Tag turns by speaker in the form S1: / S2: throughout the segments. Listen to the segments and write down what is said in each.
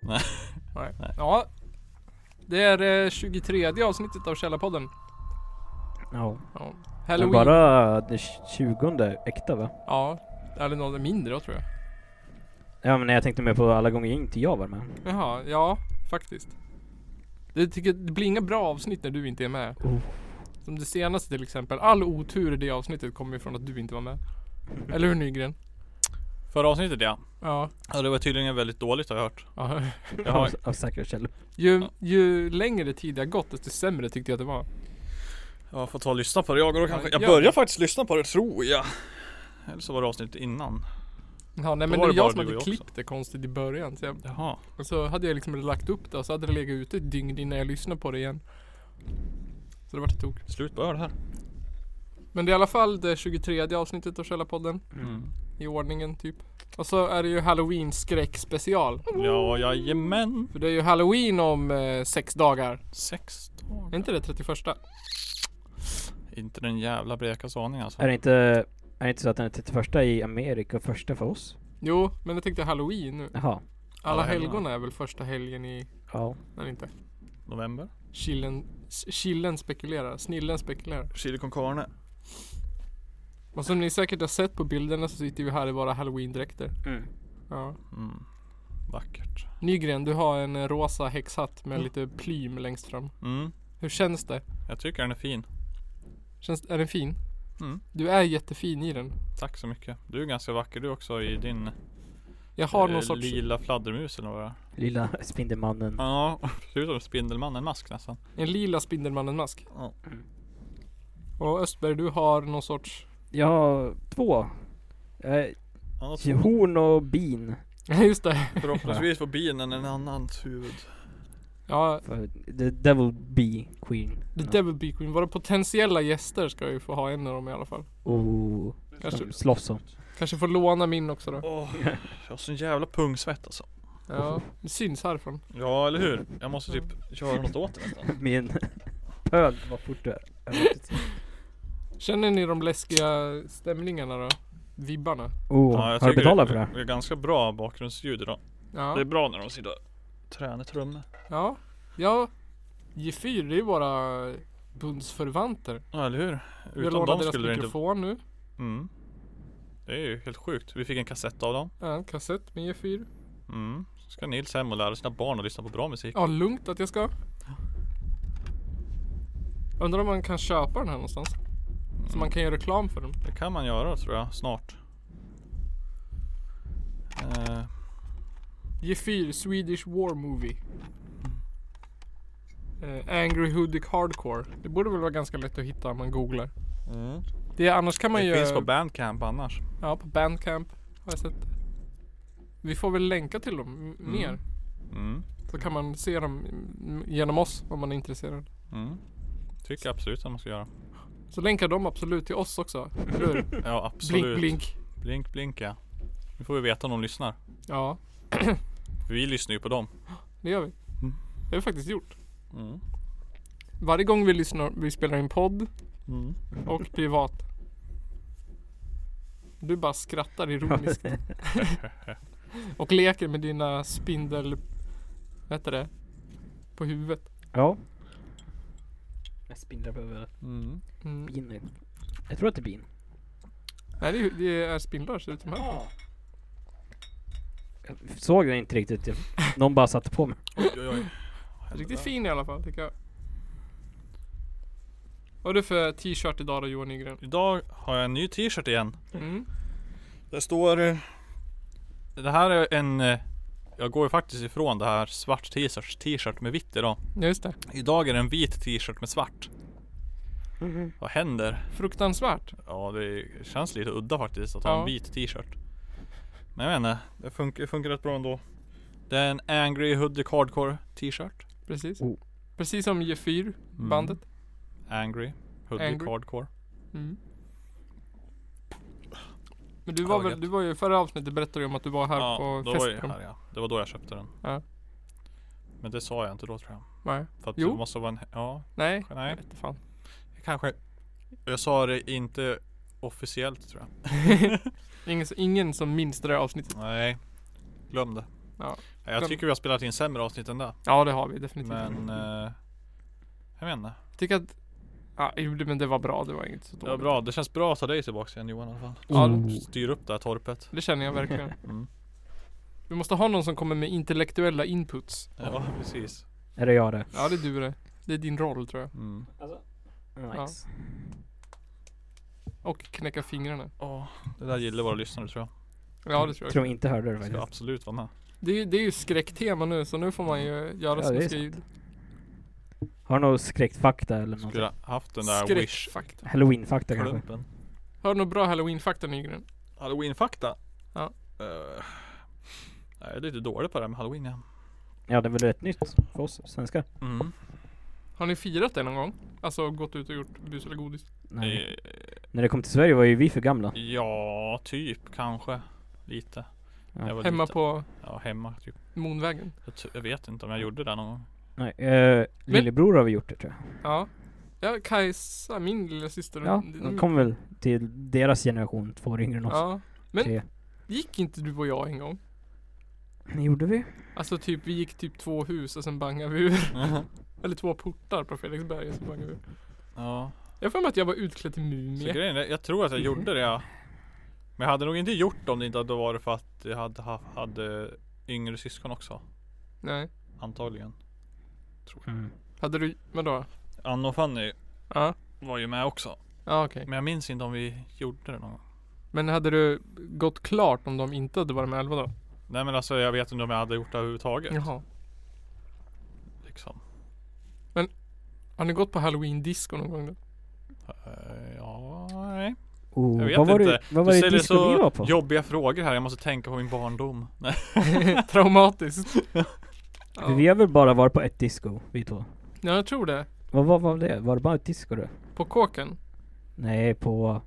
S1: Nej.
S2: Nej. Ja. Det är det 23 avsnittet av Källarpodden.
S3: Ja.
S2: Ja.
S3: Men
S2: Halloween.
S3: bara det 20 äkta va?
S2: Ja. Eller något mindre då tror jag.
S3: Ja men jag tänkte mer på alla gånger inte jag var med.
S2: Jaha, ja faktiskt. Det, tycker, det blir inga bra avsnitt när du inte är med.
S3: Oh.
S2: Som det senaste till exempel. All otur i det avsnittet kommer ju från att du inte var med. Eller hur Nygren?
S1: Förra avsnittet ja.
S2: Ja.
S1: ja. Det var tydligen väldigt dåligt har jag hört.
S2: ja.
S1: Jag har,
S3: Av, av säkra källor.
S2: Ju, ju längre tid det har gått desto sämre tyckte jag att det var.
S1: jag har fått ta och lyssna på det. Jag, och då kanske, jag
S2: Ja.
S1: börjar faktiskt lyssna på det tror jag. Eller så var det avsnittet innan.
S2: Ja, nej,
S1: Då
S2: men
S1: var
S2: det är
S1: det
S2: jag
S1: bara
S2: som
S1: du
S2: hade
S1: och jag
S2: klippt det konstigt i början. Så, jag,
S1: Jaha.
S2: och så hade jag liksom lagt upp det och så hade det legat ute ett dygn innan jag lyssnade på det igen. Så det vart ett tok.
S1: Slut på öl här.
S2: Men det är i alla fall det 23 avsnittet av Källarpodden.
S1: Mm.
S2: I ordningen typ. Och så är det ju halloween skräckspecial.
S1: Ja, jajamän.
S2: För det är ju halloween om eh, sex dagar.
S1: Sex
S2: Är
S1: dagar.
S2: inte det 31?
S1: Inte den jävla Brekas aning alltså.
S3: Är det inte, är det inte så att den är 31 i Amerika och första för oss?
S2: Jo, men jag tänkte halloween nu.
S3: Jaha.
S2: Alla
S1: Alla helgerna.
S2: helgon är väl första helgen i...
S3: Ja.
S2: Nej inte.
S1: November.
S2: Chillen, chillen spekulerar. Snillen spekulerar.
S1: Chili con carne.
S2: Och som ni säkert har sett på bilderna så sitter vi här i våra halloween-dräkter.
S3: Mm.
S2: Ja.
S1: Mm. Vackert.
S2: Nygren, du har en eh, rosa häxhatt med lite plym längst fram.
S1: Mm.
S2: Hur känns det?
S1: Jag tycker den är fin.
S2: Känns, är den fin?
S1: Mm.
S2: Du är jättefin i den.
S1: Tack så mycket. Du är ganska vacker du också i din
S2: Jag har någon
S1: eh,
S2: sorts...
S1: lila fladdermus eller vad det är.
S3: Lilla Spindelmannen.
S1: Ja, ser ut som Spindelmannen-mask nästan.
S2: En lila Spindelmannen-mask.
S1: Ja.
S2: Och Östberg, du har någon sorts...
S3: Jag har två. Eh,
S1: Annars
S3: horn och bin.
S2: Ja just det.
S1: förhoppningsvis får binen en annans huvud.
S2: Ja,
S3: För The Devil Bee Queen.
S2: The Devil Bee Queen. Våra potentiella gäster ska ju få ha en av dem i alla fall.
S3: Oh.
S2: Kanske,
S3: Som slåss om.
S2: kanske får låna min också då.
S1: Åh, jag har sån jävla pungsvett alltså.
S2: Ja, det syns härifrån.
S1: Ja, eller hur? Jag måste typ göra något åt det nästan.
S3: Min pöl vad fort du är.
S2: Känner ni de läskiga stämningarna då? Vibbarna?
S3: Oh,
S1: jag
S3: har du
S1: tycker
S3: betalat för det?
S1: Det är ganska bra bakgrundsljud idag. Det är
S2: Ja.
S1: bra när de sitter och tränar trummor.
S2: Ja. Ja. G4 det är ju våra bundsförvanter.
S1: Ja, eller hur?
S2: Vi
S1: Utan
S2: lånar
S1: dem
S2: deras
S1: skulle det inte...
S2: mikrofon nu.
S1: Mm. Det är ju helt sjukt. Vi fick en kassett av dem.
S2: Ja, en kassett med G4.
S1: Mm. Så ska Nils hem och lära sina barn att lyssna på bra musik.
S2: Ja, lugnt att jag ska. Undrar om man kan köpa den här någonstans? Så man kan göra reklam för den.
S1: Mm. Det kan man göra tror jag, snart. Eh,
S2: G4 Swedish War Movie. Eh, Angry Hoodic Hardcore. Det borde väl vara ganska lätt att hitta om man googlar. Det, är- annars kan Mm. man
S1: Det
S2: ju...
S1: finns på bandcamp annars.
S2: ja, på Bandcamp har jag sett. Vi får väl länka till dem m- mer.
S1: Mm.
S2: Så kan man se dem mm, genom oss om man är intresserad.
S1: Mm. Tycker absolut att man ska göra.
S2: Så länkar de absolut till oss också. Eller hur?
S1: Ja absolut.
S2: blink blink.
S1: Blink blink ja. Nu får vi veta om de lyssnar.
S2: Ja,
S1: För vi lyssnar ju på dem.
S2: det gör vi.
S1: Mm.
S2: Det har vi faktiskt gjort.
S1: Mm.
S2: Varje gång vi lyssnar, vi spelar in podd
S1: Mm.
S2: och privat. Du bara skrattar ironiskt. och leker med dina spindel... Vad heter det? På huvudet.
S3: Ja. Jag spindlar på huvudet.
S1: Mm.
S2: Mm.
S3: Bin. Jag tror att det är bin.
S2: Nej det är, det är spindlar ser det ut som här.
S3: Jag såg den inte riktigt. Jag- Någon bara satte på mig.
S1: Oj, oj, oj.
S2: Riktigt fin i alla fall tycker jag. Vad har du för t-shirt idag då Johan Nygren?
S1: Idag har jag en ny t-shirt igen.
S2: Mm.
S1: Det står... eh, Det här är en... eh, Jag går ju faktiskt ifrån det här svart t-shirt, t-shirt med vitt idag.
S2: Ja just det.
S1: Idag är det en vit t-shirt med svart. Vad händer?
S2: Fruktansvärt.
S1: Ja det känns lite udda faktiskt att ha
S2: Ja.
S1: en vit t-shirt Men jag vet inte, det funkar, det funkar rätt bra ändå Det är en Angry Hoodic Hardcore t-shirt
S2: Precis.
S3: Oh.
S2: Precis som G4 Mm.
S1: Mm.
S2: bandet.
S1: Angry Hoodic
S2: Angry.
S1: Hardcore
S2: Mm. Men du
S1: Ja,
S2: var
S1: vad
S2: väl,
S1: gött.
S2: du var ju i förra avsnittet berättade du om att du var här
S1: Ja,
S2: på
S1: då var jag
S2: festen.
S1: här ja Det var då jag köpte den
S2: Ja.
S1: Men det sa jag inte då tror jag
S2: Nej.
S1: För att
S2: Jo.
S1: det måste vara en, ja
S2: Nej.
S1: Nej.
S2: Jag vet inte fan.
S1: kanske Jag sa det inte officiellt tror jag
S2: ingen, ingen som minns det där avsnittet.
S1: Nej Glöm det
S2: Ja.
S1: Jag tycker vi har spelat in sämre avsnitt än det.
S2: Ja det har vi definitivt.
S1: Men... Eh, jag vet inte.
S2: Tycker att... Ja, jo, det- men det var bra. Det var inget så dåligt.
S1: Det var bra. Det känns bra att ha dig tillbaka igen Johan i alla fall.
S2: Ja,
S3: Oh.
S1: Styr upp det här torpet.
S2: det känner jag verkligen.
S1: Mm.
S2: Vi måste ha någon som kommer med intellektuella inputs.
S1: Ja, precis.
S3: Är det jag det?
S2: Ja, det är du det. Det är din roll tror jag.
S1: Mm.
S3: Nice.
S2: Och knäcka fingrarna.
S1: Ja, det där gillar våra lyssnare tror jag.
S2: Ja, det tror jag.
S3: Tror de inte hörde det
S1: Ska
S3: faktiskt.
S1: absolut vara med.
S2: Det är, ju- det är ju skräcktema nu, så nu får man ju göra
S3: Ja,
S2: som
S3: det är
S2: det ska ljud.
S3: Har någon skräckfakta eller
S1: Skulle
S3: något?
S1: ha haft den där wish
S2: Skräckfakta.
S3: Halloween-fakta kanske?
S1: klumpen.
S2: Har du några bra halloween-fakta Nygren?
S1: Halloween-fakta?
S2: Ja.
S1: Eh, jag är lite dålig på det här med halloween ja.
S3: Ja, det är väl rätt nytt för oss svenskar?
S1: Mm.
S2: Har ni firat det någon gång? Alltså gått ut och gjort bus eller godis?
S3: Nej.
S1: Eh,
S3: När det kom till Sverige var ju vi för gamla.
S1: Ja, typ kanske. Lite.
S3: Ja.
S1: Jag var
S2: Hemma
S1: liten.
S2: på
S1: Ja, hemma typ.
S2: Monvägen?
S1: Jag, t- jag vet inte om jag gjorde det någon gång.
S3: Nej, eh, lillebror har vi gjort det tror jag.
S2: Ja. Ja, Kajsa, min lilla syster.
S3: Ja,
S2: din-
S3: de kom väl till deras generation, två år yngre än oss.
S2: ja. men-
S3: Tre.
S2: Gick inte du och jag en gång?
S3: Det gjorde vi.
S2: Alltså typ, vi gick typ två hus och sen bangade vi ur.
S1: Mm.
S2: Eller två portar på Fredriksberg och sen bangade vi ur.
S1: ja.
S2: Jag har för mig att jag var utklädd till
S1: Så
S2: mumie.
S1: grejen är, jag tror att jag
S3: Mm.
S1: gjorde det ja. Men jag hade nog inte gjort det om det inte hade varit för att jag hade, ha- hade yngre syskon också.
S2: Nej.
S1: Antagligen.
S3: Mm.
S2: Hade du, vadå?
S1: Anna och Fanny
S2: Ja.
S1: var ju med också.
S2: Ja okej.
S1: Men jag minns inte om vi gjorde det någon gång.
S2: Men hade du gått klart om de inte hade varit med eller vadå?
S1: Nej men alltså jag vet inte om jag hade gjort det överhuvudtaget.
S2: Jaha.
S1: Liksom.
S2: Har ni gått på halloween-disco någon gång då?
S1: Eh, ja, nej. Jag
S3: Oh,
S1: vet
S3: vad var
S1: inte.
S3: det, vad var det
S1: ställer
S3: disco vi var på?
S1: jobbiga frågor här. Jag måste tänka på min barndom. Nej.
S2: Traumatiskt.
S3: För Vi har väl bara varit på ett disco, vi två.
S2: Ja, jag tror det.
S3: Vad var, var det? Var det bara ett disco då?
S2: På kåken.
S3: Nej, på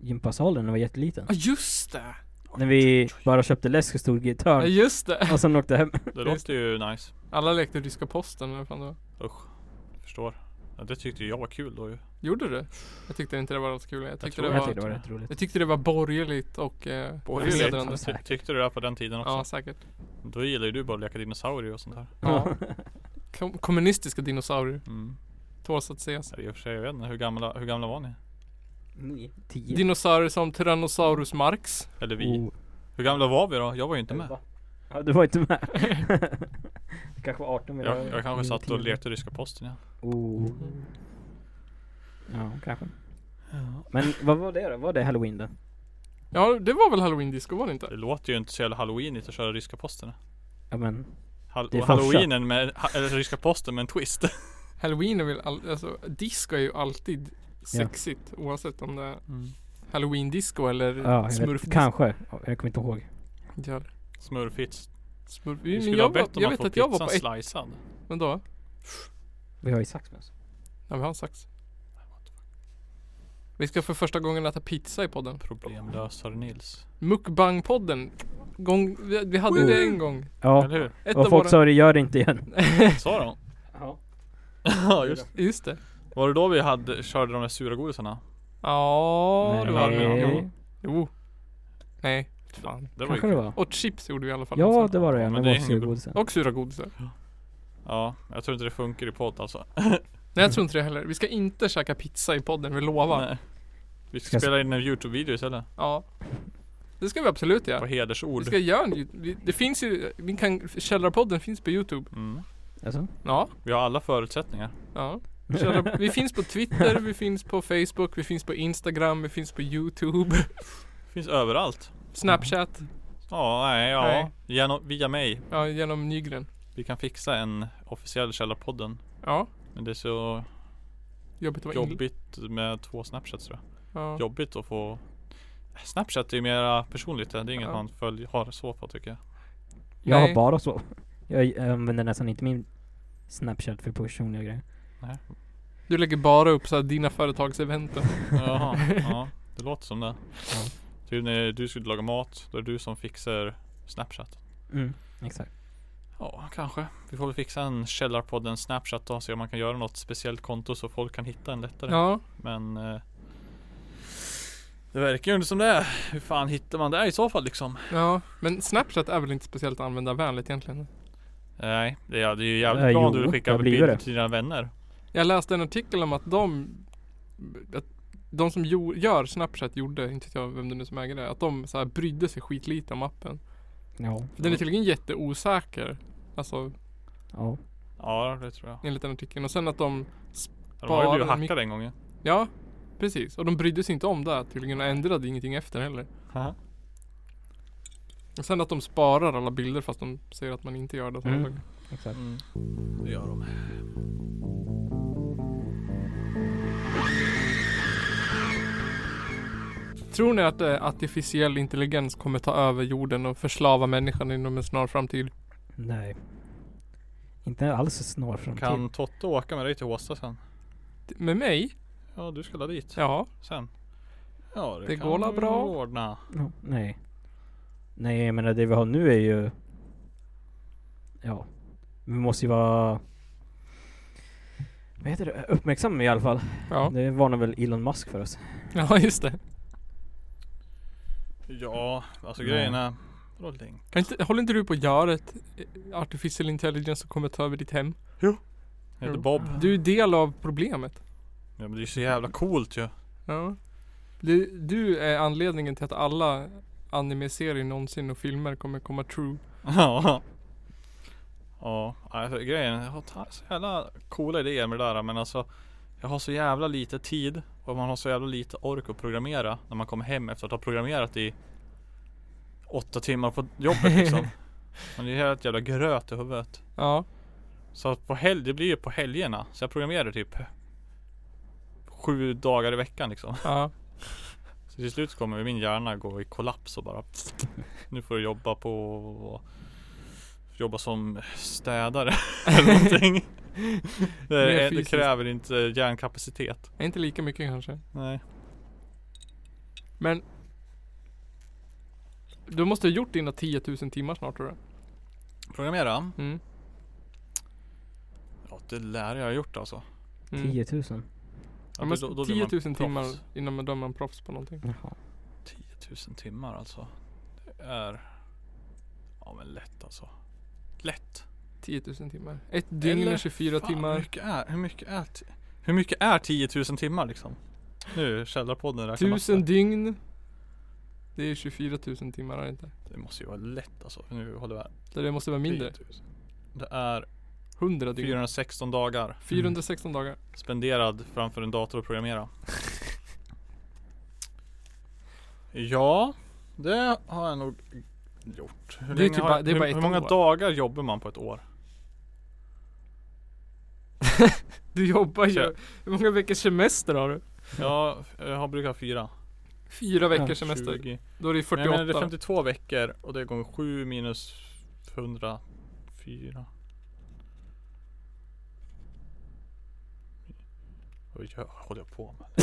S3: gympasalen när jag var jätteliten.
S2: Ja, just det!
S3: När vi bara köpte läsk och stod
S2: Ja,
S3: gitarr
S2: just det!
S3: och sen åkte hem.
S1: Det låter ju nice.
S2: Alla lekte ryska posten eller vad fan det var.
S1: Förstår. Ja, det tyckte jag var kul då ju.
S2: Gjorde du? Jag tyckte inte det var något kul. Jag tyckte,
S1: tror
S2: det,
S1: jag
S2: var,
S1: tyckte-
S3: det var rätt roligt.
S2: jag tyckte det var borgerligt och eh,
S1: Borgerligt?
S2: förnedrande.
S1: Ty- tyckte du det på den tiden också?
S2: Ja, säkert.
S1: Då gillar ju du bara att leka dinosaurier och sånt här.
S2: Ja. Kom- kommunistiska dinosaurier.
S1: Mm.
S2: Tåls att ses.
S1: Ja, I och för sig, jag vet inte. Hur gamla, hur gamla var ni?
S3: Nio, tio.
S2: Dinosaurier som Tyrannosaurus marx.
S1: Eller vi?
S3: Oh,
S1: Hur gamla var vi då? Jag var ju inte med.
S3: elva. Ja, du var inte med. Det kanske var 18 men
S1: Jag, jag
S3: var
S1: kanske satt och
S3: 10.
S1: lekte ryska posten ja.
S3: Oh.
S2: Mm.
S1: Mm.
S3: Ja, kanske. Men vad var det då? Var det halloween då?
S2: Ja, det var väl halloween-disco var det inte?
S1: Det låter ju inte så jävla halloweenigt att köra ryska posten.
S3: Ja men,
S2: Mm.
S1: Hall-
S3: Det är
S1: och
S3: farsa.
S1: halloweenen med, ha, eller ryska posten med en twist.
S2: Halloween är väl all- alltså, disco är ju alltid sexigt oavsett om det är halloween-disco eller
S3: ja, jag vet,
S2: smurf-disco.
S3: kanske. Ja, Jag kommer inte ihåg.
S2: Ja.
S1: Smurfits.
S2: Smurf.
S1: Vi
S2: Men
S1: skulle ha
S2: jag, var,
S1: bett om
S2: jag
S1: att
S2: vet
S1: få
S2: att jag var
S1: pizzan
S2: på ett...
S1: slicead.
S2: Men då?
S3: Vi har ju sax med oss.
S2: Ja, vi har en sax. Vi ska för första gången äta pizza i podden.
S1: Problemlösare Nils.
S2: Mukbang-podden. Gång, vi, vi hade det en gång.
S3: Ja,
S1: Eller hur?
S2: Ett
S3: och
S2: av
S3: folk
S2: våra...
S3: sa det, gör det inte igen.
S1: Sa de?
S3: Ja.
S1: Ja just
S2: Just det.
S1: Var det då vi hade, körde de där sura godisarna?
S2: Ja, det var det.
S3: Nej,
S2: Jo. Nej. Fan.
S1: Det var ju
S3: kanske det var.
S2: Och chips gjorde vi i alla fall.
S3: Ja,
S2: också.
S3: det var det.
S1: Ja,
S3: men
S1: men
S3: det
S1: det
S3: var
S1: är inget bra.
S3: surgodisen.
S2: Och sura godisar.
S1: Ja, jag tror inte det funkar i podd alltså.
S2: Nej, jag tror inte det heller. Vi ska inte käka pizza i podden, vi lovar.
S1: Nej. Vi ska
S3: Ska jag
S1: spela in en Youtube-video istället.
S2: Ja. Det ska vi absolut
S1: På
S2: göra.
S1: hedersord.
S2: Vi ska göra en ljud- vi, Det finns ju, vi kan, Källarpodden finns på Youtube.
S1: Mm.
S3: Alltså?
S2: Ja.
S1: Vi har alla förutsättningar.
S2: Ja. Källar, vi finns på Twitter, vi finns på Facebook, vi finns på Instagram, vi finns på Youtube,
S1: Finns överallt.
S2: Snapchat,
S1: Ja, nej, ja.
S2: Nej.
S1: Genom, via mig.
S2: ja genom Nygren.
S1: Vi kan fixa en officiell Källarpodden.
S2: Ja.
S1: Men det är så
S2: Jobbigt att vara inl-
S1: jobbigt med två Snapchats tror jag.
S2: ja.
S1: Jobbigt att få Snapchat är ju mera personligt. Det är inget
S2: Ja.
S1: man följ, har så på tycker jag.
S3: Jag
S2: Nej.
S3: har bara så. Jag använder nästan inte min Snapchat för personliga grejer.
S2: Du lägger bara upp så här dina företagseventen.
S1: Jaha, ja. Det låter som det. Typ när du skulle laga mat, då är det du som fixar Snapchat.
S3: Mm, exakt.
S1: Ja, kanske. Vi får väl fixa en Källarpodden Snapchat då, se om man kan göra något speciellt konto så folk kan hitta en lättare.
S2: Ja.
S1: Men eh, Det verkar ju inte som det. Är. Hur fan hittar man det i så fall liksom?
S2: Ja, men Snapchat är väl inte speciellt användarvänligt egentligen?
S1: Nej, det är, det är ju jävligt
S3: Eh,
S1: bra om
S3: jo,
S1: du
S3: det
S1: skickar
S3: har blivit
S1: bilder
S3: det.
S1: till dina vänner.
S2: Jag läste en artikel om att de att De som jo, gör Snapchat gjorde, inte vet jag vem det nu som äger det, att de så här brydde sig skitlite om appen.
S3: Ja.
S2: För Den är tydligen jätteosäker. Alltså
S3: ja.
S1: Ja, det tror jag.
S2: enligt den artikeln. Och sen att de,
S1: De har ju blivit
S2: Bara mycket-
S1: hackade en gång ju.
S2: ja precis. Och de brydde sig inte om det tydligen och ändrade ingenting efter heller.
S1: Haha.
S2: Och sen att de sparar alla bilder fast de säger att man inte gör det.
S3: Mm. Exakt.
S1: Mm. Det gör de.
S2: Tror ni att eh, artificiell intelligens kommer ta över jorden och förslava människan inom en snar framtid?
S3: Nej. Inte alls snar framtid.
S1: Kan Totte åka med dig till Åsa sen?
S2: D- Med mig?
S1: Ja, du ska la dit
S2: Ja.
S1: sen. Ja, det,
S2: Det
S1: kan
S2: går la
S1: vi
S2: bra.
S1: ordna.
S3: Ja, nej. Nej, jag menar det vi har nu är ju... Ja. Vi måste ju vara... Vad heter det? Uppmärksamma i alla fall.
S2: Ja,
S3: Det varnar väl Elon Musk för oss.
S2: ja just det.
S1: Ja, alltså
S3: Nej.
S1: grejen är... Vadå länk?
S2: Kan inte, håller inte du på att göra ett eh, artificial intelligence som kommer ta över ditt hem?
S1: Jag heter
S2: Jo.
S1: Bob.
S2: Du är del av problemet.
S1: Ja, men det är ju så jävla coolt ju.
S2: Ja. Du, du är anledningen till att alla anime-serier någonsin och filmer kommer komma true.
S1: Ja. Ja, alltså, grejen är jag har så jävla coola idéer med det där men alltså Jag har så jävla lite tid och man har så jävla lite ork att programmera när man kommer hem efter att ha programmerat i Åtta timmar på jobbet liksom Man är ju helt jävla gröt i huvudet
S2: Ja,
S1: Så att på helg, det blir ju på helgerna Så jag programmerar typ Sju dagar i veckan liksom
S2: ja.
S1: Så till slut kommer min hjärna gå i kollaps och bara Nu får du jobba på Jobba som städare eller någonting det,
S2: Mer
S1: är, det
S2: fysiskt.
S1: kräver inte hjärnkapacitet
S2: Inte lika mycket kanske.
S1: Nej
S2: Men du måste ha gjort dina 10 000 timmar snart tror jag.
S1: Programmera?
S2: Mm.
S1: Ja det lär jag ha gjort alltså
S2: Mm.
S3: 10 000.
S2: Ja,
S1: Ja,
S2: men
S1: då- då blir
S2: 10
S1: man
S2: 000 timmar
S1: proffs.
S2: innan man dömer en proffs på någonting.
S3: Jaha.
S1: 10 000 timmar alltså Det är Ja men lätt alltså Lätt
S2: 10 000 timmar. Ett dygn
S1: Eller,
S2: och 24
S1: Fan, hur
S2: timmar.
S1: mycket är, hur mycket är, ti- hur mycket är 10 000 timmar liksom? Nu källarpodden räknar massor.
S2: 1000 dygn. Det är 24 000 timmar är det inte?
S1: Det måste ju vara lätt alltså Nu håller vi här
S2: Så Det måste vara mindre.
S1: 10 000. Det är
S2: 100 dygn.
S1: 416 dagar
S2: 416
S1: Mm.
S2: dagar.
S1: spenderad framför en dator och programmera. ja, det har jag nog gjort. Hur,
S2: Det är
S1: länge
S2: typ
S1: har,
S2: bara- det är
S1: hur,
S2: bara ett
S1: hur många
S2: år.
S1: dagar jobbar man på ett år?
S2: Du jobbar ju.
S1: Kör.
S2: Hur många veckors semester har du?
S1: Ja, jag har brukat fyra.
S2: Fyra veckors
S3: Ja,
S2: semester.
S1: 20.
S2: Då är det
S1: Nej,
S2: 48.
S1: men det är 52 veckor och det är gånger 7 minus 104. Vad gör, håller jag på med?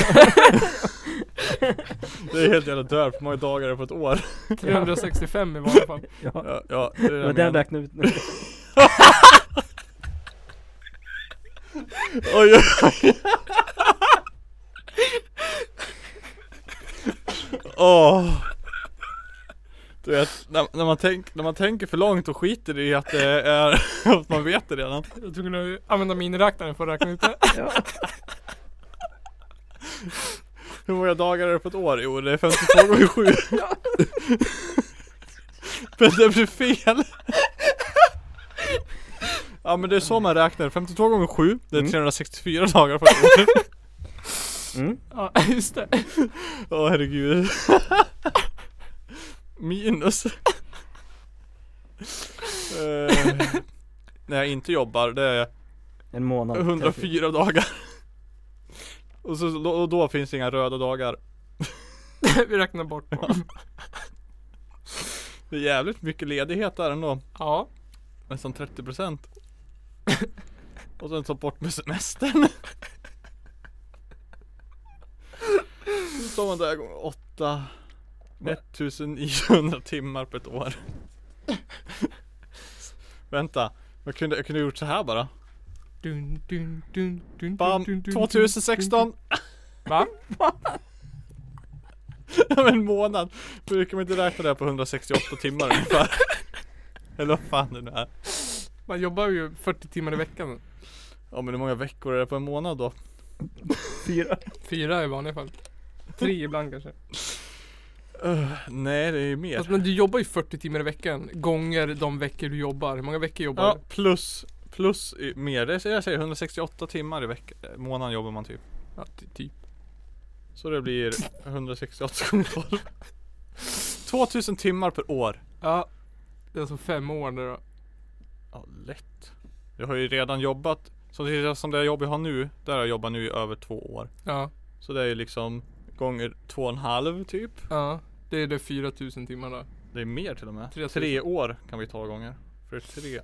S1: det är helt jävla dörr på många dagar är det på ett år.
S2: 365 i vanliga fall.
S3: Ja.
S1: Ja, ja, det är det
S3: Det
S1: jag
S3: var
S1: menar.
S3: den räknade ut nu.
S1: Oj, oj, oj. Åh. Du vet, när, när, man tänk, när man tänker för långt och skiter i att det är, att man vet det redan.
S2: Jag var tvungen att använda miniräknaren för att räkna ut det.
S3: ja.
S1: Hur många dagar är det på ett år? Jo, det är 52 gånger 7. Men det blir fel. Ja men det är så man räknar. 52 gånger 7, det är
S3: Mm.
S1: 364 dagar på ett år.
S3: Mm.
S2: Ja, just det.
S1: Åh herregud. Minus. Eh, när jag inte jobbar, det är
S3: En månad.
S1: 104 dagar. Och, så, och då finns det inga röda dagar.
S2: Vi räknar bort på.
S1: Det är jävligt mycket ledighet där ändå.
S2: Ja.
S1: Nästan 30 procent. Och sen ta bort med semestern. Så står man där gånger 8. 1900 timmar på ett år. Vänta. Jag kunde, jag kunde gjort så här bara.
S2: Dun, dun, dun, dun,
S1: Bam.
S2: dun, dun, dun, dun, dun.
S1: 2016.
S2: Va?
S1: Om en månad brukar man inte räkna det här på 168 timmar ungefär. Eller vad fan det nu är.
S2: Man jobbar ju 40 timmar i veckan.
S1: Ja men hur många veckor är det på en månad då?
S3: Fyra.
S2: Fyra i vanliga fall. Tre ibland kanske.
S1: Eh, nej det är ju mer.
S2: Fast men du jobbar ju 40 timmar i veckan. Gånger de veckor du jobbar. Hur många veckor jobbar
S1: Ja
S2: du?
S1: plus, plus i- mer. Det är, jag säger 168 timmar i veck- månaden jobbar man typ.
S2: Ja, ty- typ.
S1: Så det blir 168 gånger 12. 2000 timmar per år.
S2: Ja. Det är alltså fem år nu då.
S1: Ja lätt. Jag har ju redan jobbat. Så det, som det jobb jag har nu, där har jag jobbat nu i över två år.
S2: Ja.
S1: Så det är ju liksom gånger två och en halv typ.
S2: Ja. Det är det 4000 timmarna.
S1: Det är mer till och med.
S2: 3000.
S1: Tre år kan vi ta gånger. För det är tre.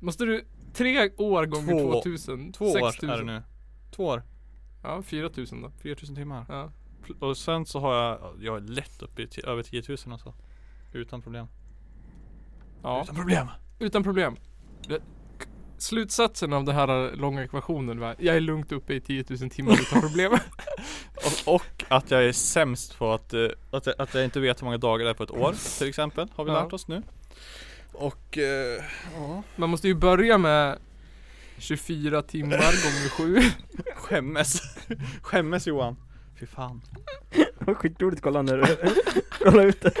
S2: Måste du tre år gånger
S1: Två-
S2: 2000?
S1: Två år är det nu. Två år.
S2: Ja, 4000 då.
S1: 4000 timmar.
S2: Ja.
S1: Pl- Och sen så har jag, jag är lätt uppe i ti- över 10 000 alltså. Utan problem.
S2: ja.
S1: Utan problem.
S2: Utan problem. Det- k- Slutsatsen av den här långa ekvationen var jag är lugnt uppe i 10 000 timmar utan problem.
S1: Och, och att jag är sämst på att, eh, att, jag, att jag inte vet hur många dagar det är på ett år. Till exempel. Har vi
S2: Ja.
S1: lärt oss nu. Och eh, ja.
S2: Man måste ju börja med 24 timmar gånger 7.
S1: Skämmes. Skämmes Johan. Fy fan.
S3: Det var skitroligt kolla när du kolla ut det.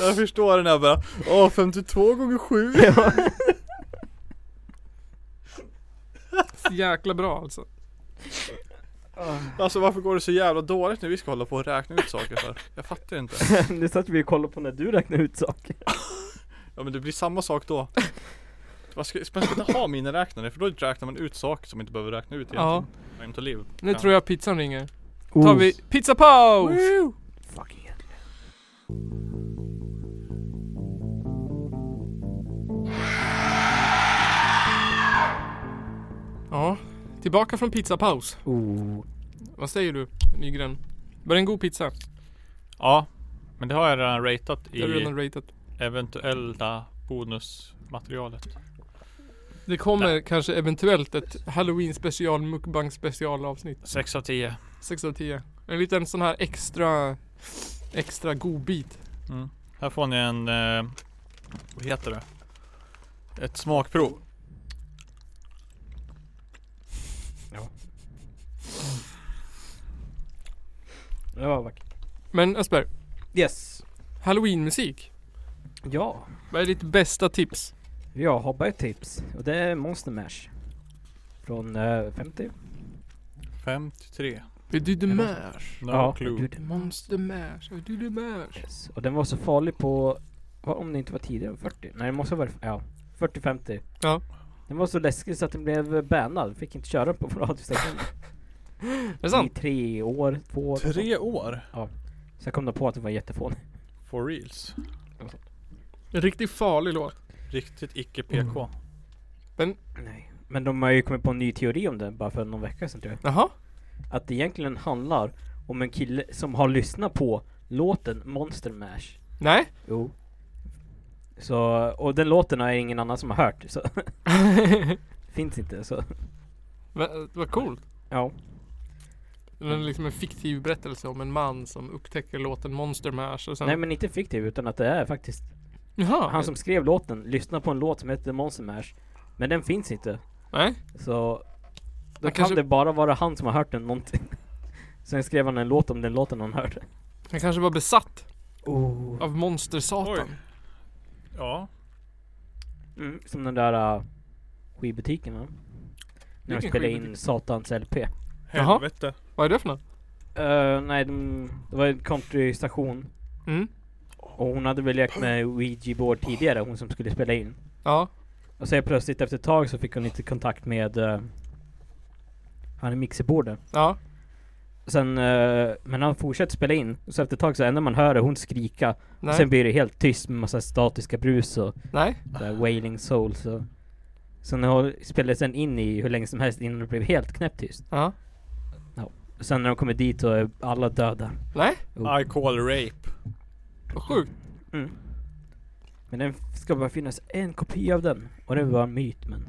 S1: Jag förstår den här bara. Åh 52 gånger 7.
S3: Ja.
S2: Så jäkla bra alltså.
S1: Alltså varför går det så jävla dåligt när vi ska hålla på och räkna ut saker för? Jag fattar inte.
S3: Nu satt vi och kollade på när du räknade ut saker.
S1: Ja men det blir samma sak då. Man ska, man ska inte ha miniräknare för då räknar man ut saker som inte behöver räkna ut
S2: Ja.
S1: egentligen. Ja. Inte liv.
S2: Nu
S1: Ja.
S2: tror jag pizzan ringer. Tar vi pizzapaus!
S3: Fucking hell.
S2: Ja, tillbaka från pizzapaus.
S3: Oh.
S2: Vad säger du Nygren? Var det en god pizza?
S1: Ja. Men det har jag redan ratat
S2: Det har du redan ratat.
S1: eventuella bonusmaterialet.
S2: Det kommer kanske eventuellt ett halloween special mukbang special avsnitt.
S1: 6 av 10.
S2: 6 av 10. En liten sån här extra extra god bit.
S1: Mm. Här får ni en, eh, vad heter det? Ett smakprov.
S3: Det var vackert.
S2: Men Östberg,
S3: Yes.
S2: halloweenmusik.
S3: Ja.
S2: Vad är ditt bästa tips?
S3: Jag har bara ett tips. Och det är Monster Mash. Från eh, 50.
S1: 53.
S2: Vi du the
S3: Jag
S2: mash.
S1: No
S3: Du,
S1: clue.
S3: du,
S2: Monster mash. Vi du the mash.
S3: yes. Och den var så farlig på, vad, om det inte var tidigare än 40? Nej det måste ha varit, ja. 40-50.
S2: Ja.
S3: Den var så läskig så att den blev bannad. Fick inte köra på radiostationen.
S2: Är det sant?
S3: I tre år, två år.
S1: Tre år?
S3: Sen kom de på att det var jättefånig.
S1: For reals.
S2: En riktigt farlig låt.
S1: Riktigt icke PK.
S3: Nej. Men de har ju kommit på en ny teori om det bara för någon vecka sedan tror jag.
S2: Jaha?
S3: Att det egentligen handlar om en kille som har lyssnat på låten Monster Mash.
S2: Nej?
S3: Jo. Så, och den låten har ingen annan som har hört. Så finns inte så.
S2: Va- Vad coolt.
S3: Ja.
S2: Det är liksom en fiktiv berättelse om en man som upptäcker låten Monster mash och sen...
S3: Nej men inte fiktiv utan att det är faktiskt
S2: Jaha.
S3: han som skrev låten lyssnade på en låt som heter Monster Mash. Men den finns inte.
S2: Nej?
S3: Så då
S2: Han
S3: kan
S2: kanske-
S3: det bara vara han som har hört den någonting. Sen skrev han en låt om den låten han hörde.
S2: Han kanske var besatt
S3: Oh.
S2: av monstersatan.
S1: Oj. Ja.
S3: Mm, som den där uh, skivbutiken va? När de
S2: Vilken
S3: spelade
S2: skivbutik?
S3: in Satans LP.
S2: Jaha.
S1: Helvete.
S2: Vad är det för något?
S3: Eh, nej, de, det var en countrystation.
S2: Mm.
S3: Och hon hade väl lekt med Ouija board tidigare, hon som skulle spela in.
S2: Ja.
S3: Och sen plötsligt efter ett tag så fick hon inte kontakt med eh, han i mixerbordet.
S2: Ja.
S3: Sen, eh, men han fortsätter spela in. Så efter ett tag så enda man hör är hon skrika. Och
S2: Nej.
S3: sen blir det helt tyst med massa statiska brus och
S2: Nej.
S3: där wailing soul så. Så när hon spelade sen in i hur länge som helst innan det blev helt knäpptyst.
S2: Ja.
S3: Sen när de kommer dit så är alla döda. Oh.
S2: Nej.
S1: I call rape.
S2: Vad sjukt.
S3: Mm. Men den ska bara finnas en kopia av den. Och det var en myt men.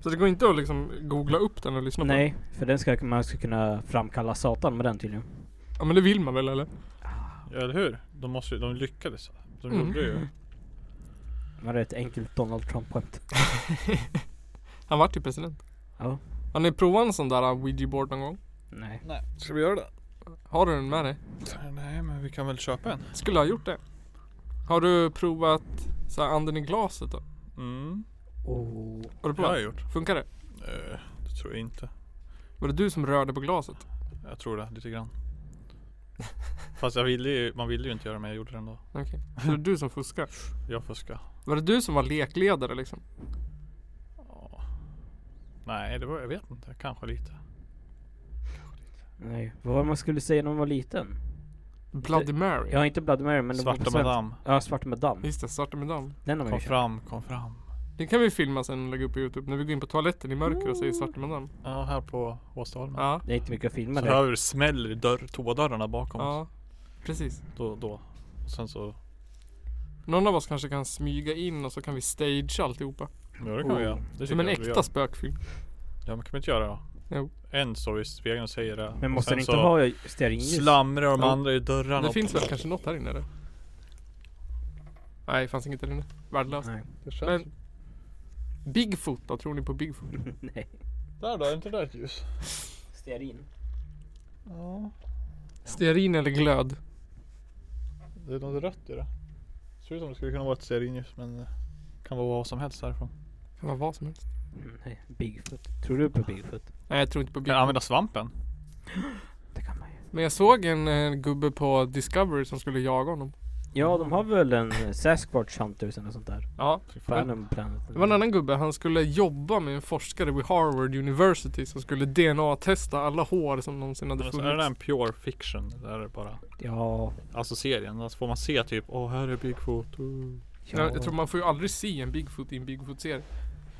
S2: Så det går inte att liksom googla upp den och lyssna på den?
S3: Nej, för den ska man ska kunna framkalla Satan med den tydligen.
S2: Ja men det vill man väl eller?
S1: Ja, eller hur? De måste ju, de lyckades. De
S2: Mm.
S1: gjorde ju.
S3: Var det ett enkelt Donald Trump-skämt?
S2: Han vart ju president.
S3: Ja.
S2: Har ni provat en sån där ouija board någon gång?
S3: Nej.
S1: Nej. Ska vi göra det?
S2: Har du den med dig?
S1: Nej men vi kan väl köpa en.
S2: Skulle ha gjort det. Har du provat så här anden i glaset då?
S1: Mm.
S3: Oh.
S2: Har du
S1: Det har
S2: provat?
S1: jag gjort.
S2: Funkar det?
S1: Eh, det tror jag inte.
S2: Var det du som rörde på glaset?
S1: Jag tror det lite grann. Fast jag ville ju, man ville ju inte göra det men jag gjorde det ändå.
S2: Okej. Så det är du som fuskar?
S1: Jag fuskade.
S2: Var det du som var lekledare liksom?
S1: Ja. Nej det var, jag vet inte. Kanske lite.
S3: Nej. Vad var det man skulle säga när man var liten?
S2: Bloody Mary?
S3: Jag har inte Bloody Mary men... det var på
S1: Svarta
S3: svenska.
S1: madam.
S3: Ja, Svarta Madame.
S2: Just det, Svarta Madame.
S3: Den har man
S1: Kom
S3: ju kört.
S1: fram, kom fram.
S2: Det kan vi filma sen och lägga upp på Youtube. När vi går in på toaletten i mörker och säger Svarta Madame.
S1: Ja här på Åstaholmen.
S2: Ja.
S3: Det är inte mycket att filma
S1: Så hör
S3: det.
S1: vi hur det smäller i dörr, toadörrarna bakom oss.
S2: Ja. Precis.
S1: Då, då. Och sen så.
S2: Någon av oss kanske kan smyga in och så kan vi stagea alltihopa.
S1: Ja det kan vi göra.
S3: Oh.
S2: Som
S1: Det tycker
S2: en
S1: jag att vi
S2: äkta
S1: gör.
S2: spökfilm.
S1: Ja men kan vi inte göra det då?
S2: Jo.
S1: En står i spegeln och säger det.
S3: Men
S1: Och
S3: måste
S1: sen
S3: den inte
S1: så
S3: ha stearinljus?
S1: Slamrar de
S2: Ja.
S1: andra i dörrarna.
S2: Det
S1: och-
S2: finns väl kanske något här inne eller? Nej, det fanns inget där inne. Värdelöst.
S3: Nej.
S2: Men Bigfoot då? Tror ni på Bigfoot?
S3: Nej.
S1: Där då, är inte där ett ljus?
S3: Stearin.
S1: Ja.
S2: Stearin eller glöd?
S1: Det är något rött i det. Ser ut som det skulle kunna vara ett stearinljus men det kan vara vad som helst därifrån.
S2: Kan vara vad som helst.
S3: Nej. Bigfoot. Tror du på Bigfoot?
S2: Nej, jag tror inte på
S1: Kan jag
S2: Bigfoot.
S1: använda svampen?
S3: Det kan man ju.
S2: Men jag såg en eh, gubbe på Discovery som skulle jaga honom.
S3: Ja, de har väl en eh, Sasquatch Hunters eller något sånt där.
S2: Ja.
S3: Phantom Planet.
S2: Det var en annan gubbe, han skulle jobba med en forskare vid Harvard University som skulle DNA-testa alla hår som någonsin hade
S1: Alltså, är det där
S2: funnits.
S1: en pure fiction? Där är det bara
S3: Ja.
S1: Alltså serien, alltså får man se typ Åh här är Bigfoot uh.
S3: ja.
S2: Jag, jag tror man får ju aldrig se en Bigfoot i en Bigfoot-serie.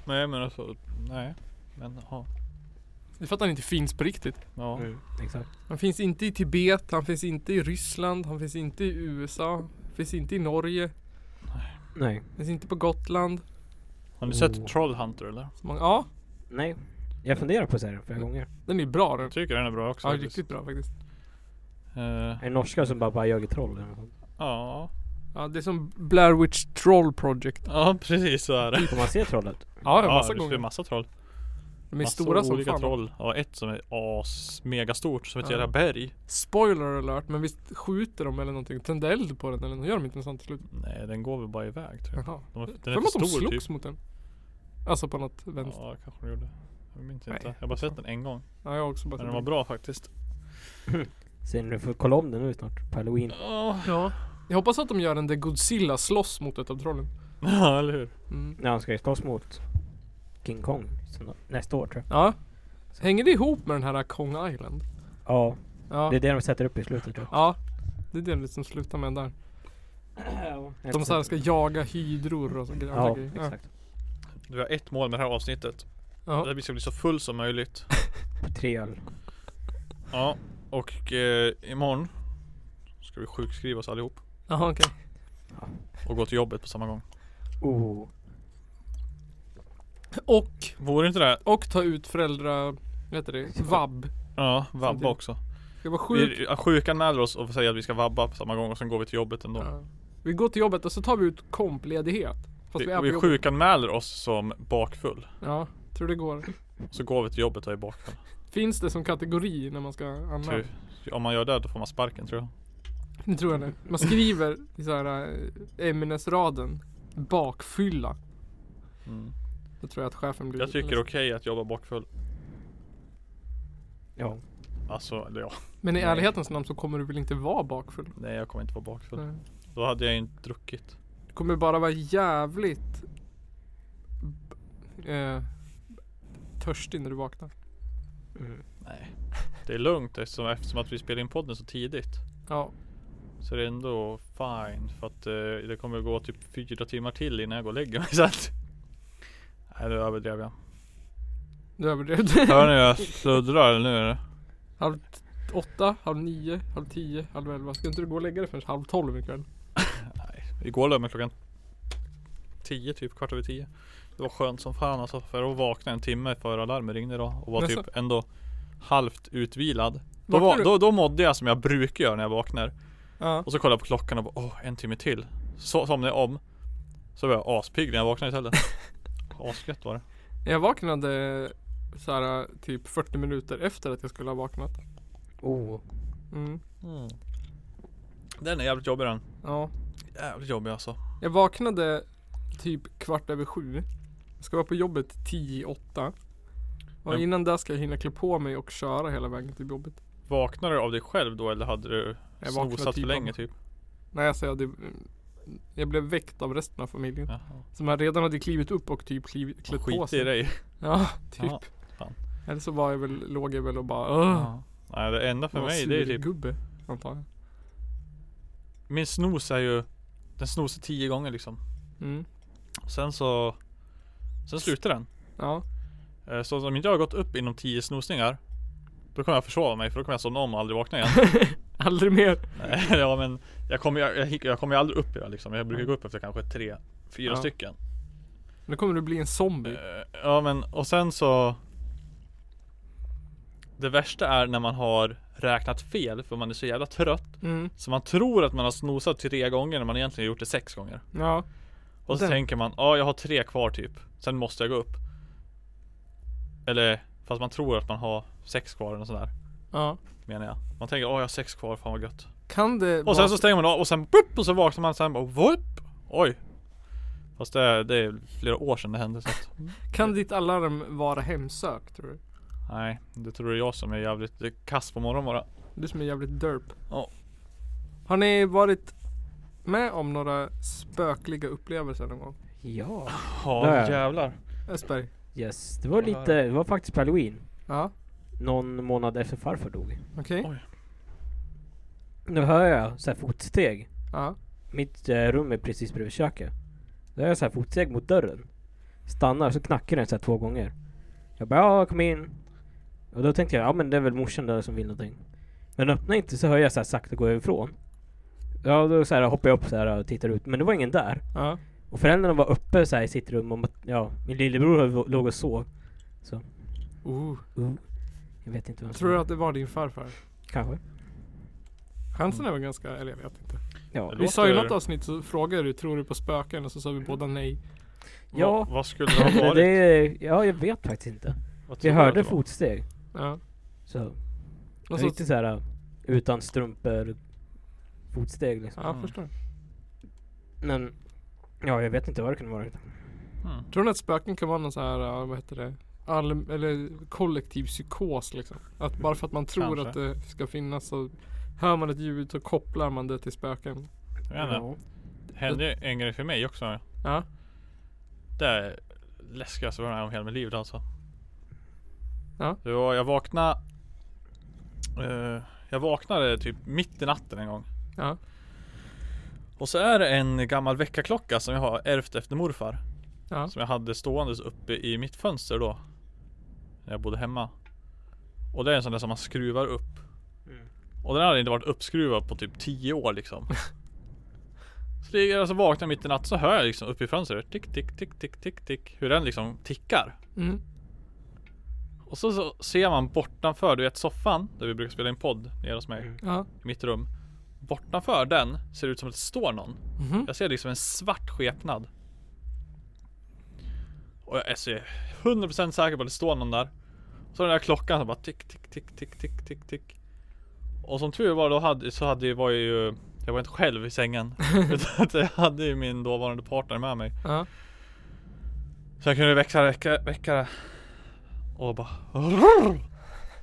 S1: Nej men alltså, nej Men ja,
S2: Det är för att han inte finns på riktigt.
S1: ja.
S3: Mm, exakt.
S2: Han finns inte i Tibet, han finns inte i Ryssland, han finns inte i USA, finns inte i Norge,
S3: Nej.
S2: finns inte på Gotland.
S1: Har ni sett
S3: Oh.
S1: Trollhunter eller?
S2: Så man, ja,
S3: Nej. Jag funderar på serien flera gånger.
S2: den är bra den.
S1: Jag tycker den är bra också
S2: Ja,
S1: faktiskt.
S2: riktigt bra faktiskt.
S1: Eh,
S3: En norska som bara, bara jag är troll eller något sånt.
S1: Ja,
S2: Ja, det är som Blair Witch Troll Project.
S1: ja precis så är det
S3: Får Typ man se trollet?
S2: Ja, ja,
S1: Ja,
S2: massa
S1: det är
S2: gånger.
S1: massa troll
S2: De är
S1: Massor
S2: stora som
S1: olika
S2: fan.
S1: troll Ja, ett som är as megastort som ett
S2: Ja.
S1: jävla berg
S2: Spoiler alert, men visst skjuter de eller någonting? Tände eld på den eller något? Gör de inte något sånt till slut?
S1: Nej den går väl bara iväg tror jag
S2: Jaha.
S1: De är- Den
S2: För
S1: är
S2: mig att
S1: för
S2: de
S1: stor
S2: slogs
S1: typ
S2: mot den. Alltså på något vänster.
S1: Ja kanske de gjorde Jag minns inte
S2: Nej.
S1: Jag har bara sett den en gång
S2: Ja, jag har också bara
S1: Men
S2: sett
S1: den var
S2: det.
S1: bra faktiskt
S3: Sen du får kolla om den nu snart. På halloween.
S1: Ja,
S2: Ja. Jag hoppas att de gör den där Godzilla slåss mot ett av trollen.
S1: ja eller hur?
S2: Mm.
S3: När han ska ju slåss mot King Kong. så- Nästa år tror jag.
S2: Ja. Hänger det ihop med den här Kong Island?
S3: Ja.
S2: Ja.
S3: Det är det de sätter upp i slutet tror
S2: Ja. Det är det som slutar med den där.
S3: jag.
S2: De så här ska jaga hydror och så grejer.
S3: Ja,
S2: grejer.
S3: exakt.
S1: Vi har ett mål med det här avsnittet
S2: Ja.
S1: Där vi ska bli så full som möjligt
S3: På tre öl.
S1: Ja, och eh, imorgon ska vi sjukskriva oss allihop
S2: Jaha okej.
S1: och gå till jobbet på samma gång.
S3: Oh.
S2: Och,
S1: Vore inte det?
S2: och ta ut föräldra... Vad heter det? Vab.
S1: Ja, vabba
S2: Samtidigt.
S1: också.
S2: Det var sjukt.
S1: Vi ja, sjukanmäler oss och säger att vi ska vabba på samma gång och sen går vi till jobbet ändå.
S2: Ja. Vi går till jobbet och så tar vi ut kompledighet. Fast vi
S1: vi,
S2: är
S1: och
S2: på
S1: vi
S2: jobbet.
S1: sjukanmäler oss som bakfull.
S2: Ja, tror det går.
S1: Och så går vi till jobbet och är bakfull.
S2: Finns det som kategori när man ska anmäla?
S1: Tror- Om man gör det då får man sparken tror jag.
S2: Nu tror jag det. Man skriver i så här eh, ämnesraden bakfylla.
S1: Mm.
S2: Då tror jag att chefen blir
S1: Jag tycker okej
S2: ledsen.
S1: att jobba bakfull.
S3: Ja.
S1: Alltså, eller ja.
S2: Men i
S3: Nej.
S2: ärlighetens namn så kommer du väl inte vara bakfull?
S1: Nej jag kommer inte vara bakfull.
S2: Nej.
S1: Då hade jag ju inte druckit.
S2: Du kommer bara vara jävligt b- eh, törstig när du vaknar.
S3: Mm.
S1: Nej. Det är lugnt eftersom, eftersom att vi spelar in podden så tidigt.
S2: Ja,
S1: Så det är ändå fine för att eh, det kommer gå typ fyra timmar till innan jag går och lägger mig så att Nej det överdrev jag
S2: nu överdrev du.
S1: Hör ni hur jag sluddrar eller nu eller?
S2: Halv t- åtta, halv nio, halv tio, halv elva. Ska inte du gå och lägga dig förrän halv tolv ikväll?
S1: Igår låg jag mig klockan tio typ, kvart över tio. Det var skönt som fan alltså. För att vakna en timme före alarmet ringde idag och var
S2: Men
S1: typ
S2: så-
S1: ändå halvt utvilad. Då,
S2: Vaknar
S1: var,
S2: du?
S1: då, då mådde jag som jag brukar göra när jag vaknar.
S2: Ja.
S1: Och så kollade jag på klockan och bara åh, en timme till. Så somnade jag om. Så var jag aspigg när jag vaknade istället. Asgött var det.
S2: Jag vaknade så här typ 40 minuter efter att jag skulle ha vaknat.
S3: Oh.
S2: Mm.
S1: Den är jävligt jobbig den.
S2: Ja.
S1: Jävligt jobbig alltså.
S2: Jag vaknade typ kvart över sju. Jag ska vara på jobbet tio i åtta. Och
S1: Men-
S2: innan det ska jag hinna klä på mig och köra hela vägen till jobbet.
S1: Vaknade du av dig själv då eller hade du
S2: Jag vaknade
S1: snosat
S2: typ
S1: för
S2: av-
S1: länge typ?
S2: Nej, alltså jag, hade, jag blev väckt av resten av familjen.
S1: Jaha.
S2: Som jag redan hade klivit upp och typ klivit, klätt på
S1: Skit
S2: sig.
S1: i dig.
S2: Ja, typ.
S1: Ja, fan.
S2: Eller så var jag väl, låg jag väl och bara Åh,
S1: Nej det enda för
S2: vad
S1: mig det är typ
S2: surgubbe, antar jag.
S1: Min snos är ju Den snosar tio gånger liksom
S2: Mm.
S1: Sen så Sen slutar den
S2: Ja,
S1: Eh, Så om inte jag har gått upp inom tio snosningar Då kommer jag försova mig för då kommer jag somna om och aldrig vakna igen
S2: aldrig mer.
S1: Nej, Ja men Jag kommer ju jag, jag kommer ju aldrig upp i det liksom Jag brukar gå upp efter kanske tre Fyra
S2: Ja.
S1: stycken
S2: Nu kommer du bli en zombie.
S1: Eh, Ja men och sen så Det värsta är när man har räknat fel för man är så jävla trött
S2: Mm.
S1: Så man tror att man har snosat tre gånger när man egentligen har gjort det sex gånger
S2: Ja,
S1: Och så
S2: Den-
S1: tänker man, ja jag har tre kvar typ Sen måste jag gå upp Eller, fast man tror att man har sex kvar eller nåt sånt där
S2: ja.
S1: Menar jag Man tänker, ja jag har sex kvar, fan vad gött
S2: Kan det
S1: Och sen så stänger man av och sen bup, och så vaknar man sen bara vup Oj Fast det, det är flera år sedan det hände så att,
S2: Kan ditt alarm vara hemsökt tror du?
S1: Nej, det tror jag är jag som är jävligt kass på morgonen bara
S2: Du som är jävligt derp.
S1: Ja.
S2: Har ni varit med om några spökliga upplevelser någon gång?
S3: Ja.
S1: Ja
S3: Där.
S1: jävlar
S2: Östberg?
S3: Yes. Det var lite, det var faktiskt på halloween.
S2: Ja,
S3: Någon månad efter farfar dog.
S2: okej.
S1: Oj.
S3: Nu hör jag så här fotsteg.
S2: Ja.
S3: Mitt eh, rum är precis bredvid köket. Då hör jag så här fotsteg mot dörren. Stannar så knackar den så här två gånger. Jag bara ja, kom in. Och då tänkte jag ja men det är väl morsan där som vill någonting. Men öppnar inte så hör jag så här sakta gå ifrån. Ja då så här hoppar jag upp så här och tittar ut. Men det var ingen där.
S2: Ja.
S3: Och föräldrarna var uppe så här i sitt rum. Och, mat- ja, min lillebror låg och sov.
S2: Oh.
S3: Jag vet inte vem som
S2: Tror du
S3: var.
S2: att det var din farfar?
S3: Kanske.
S2: Chansen är väl ganska, eller jag vet inte.
S3: Ja.
S1: Det
S2: Vi sa ju
S1: låter-
S2: något avsnitt så frågade du, tror du på spöken? Och så sa vi båda nej.
S3: Ja.
S1: vad, vad skulle det ha
S3: Men
S1: varit?
S3: det är, ja, jag vet faktiskt inte.
S1: Vad tror
S3: Vi
S1: du att
S3: hörde
S1: det var?
S3: fotsteg.
S2: Ja.
S3: Så,
S2: Och så,
S3: riktigt så här äh, utan strumpor, fotsteg liksom.
S2: ja,
S1: Mm.
S2: förstår.
S3: Men, ja jag vet inte vad det kunde varit.
S1: Mm.
S2: Tror ni att spöken kan vara någon så här, ja, vad heter det? All, eller kollektiv psykos liksom. Att bara för att man tror
S1: Kanske.
S2: att det ska finnas så hör man ett ljud så kopplar man det till spöken.
S1: Jag vet inte.
S3: Ja.
S1: Det hände ju en grej för mig också
S2: Ja.
S1: Det är läskigaste jag varit med om i hela mitt liv alltså.
S2: Ja.
S1: Det var, jag vaknade eh, Jag vaknade typ mitt i natten en gång.
S2: Ja.
S1: Och så är det en gammal väckarklocka som jag har ärvt efter morfar.
S2: Ja.
S1: Som jag hade ståendes uppe i mitt fönster då. När jag bodde hemma. Och det är en sån där som man skruvar upp.
S3: Mm.
S1: Och den hade inte varit uppskruvad på typ 10 år liksom. så ligger jag så vaknar jag mitt i natt så hör jag liksom uppe i fönstret. Tick, tick, tick, tick, tick, tick. Hur den liksom tickar.
S2: Mm.
S1: Och så, så ser man bortanför, du vet soffan där vi brukar spela in podd nere hos mig
S3: Mm.
S2: Ja.
S1: i mitt rum. Bortanför den ser det ut som att det står någon.
S2: Mhm.
S1: Jag ser liksom en svart skepnad. Och jag är så 100% säker på att det står någon där. Så den där klockan som bara tick, tick, tick, tick, tick, tick, tick. Och som tur var då hade, så hade var jag ju, jag var inte själv i sängen. utan att jag hade ju min dåvarande partner med mig.
S2: Ja.
S1: Så jag kunde väcka, väcka, väcka och bara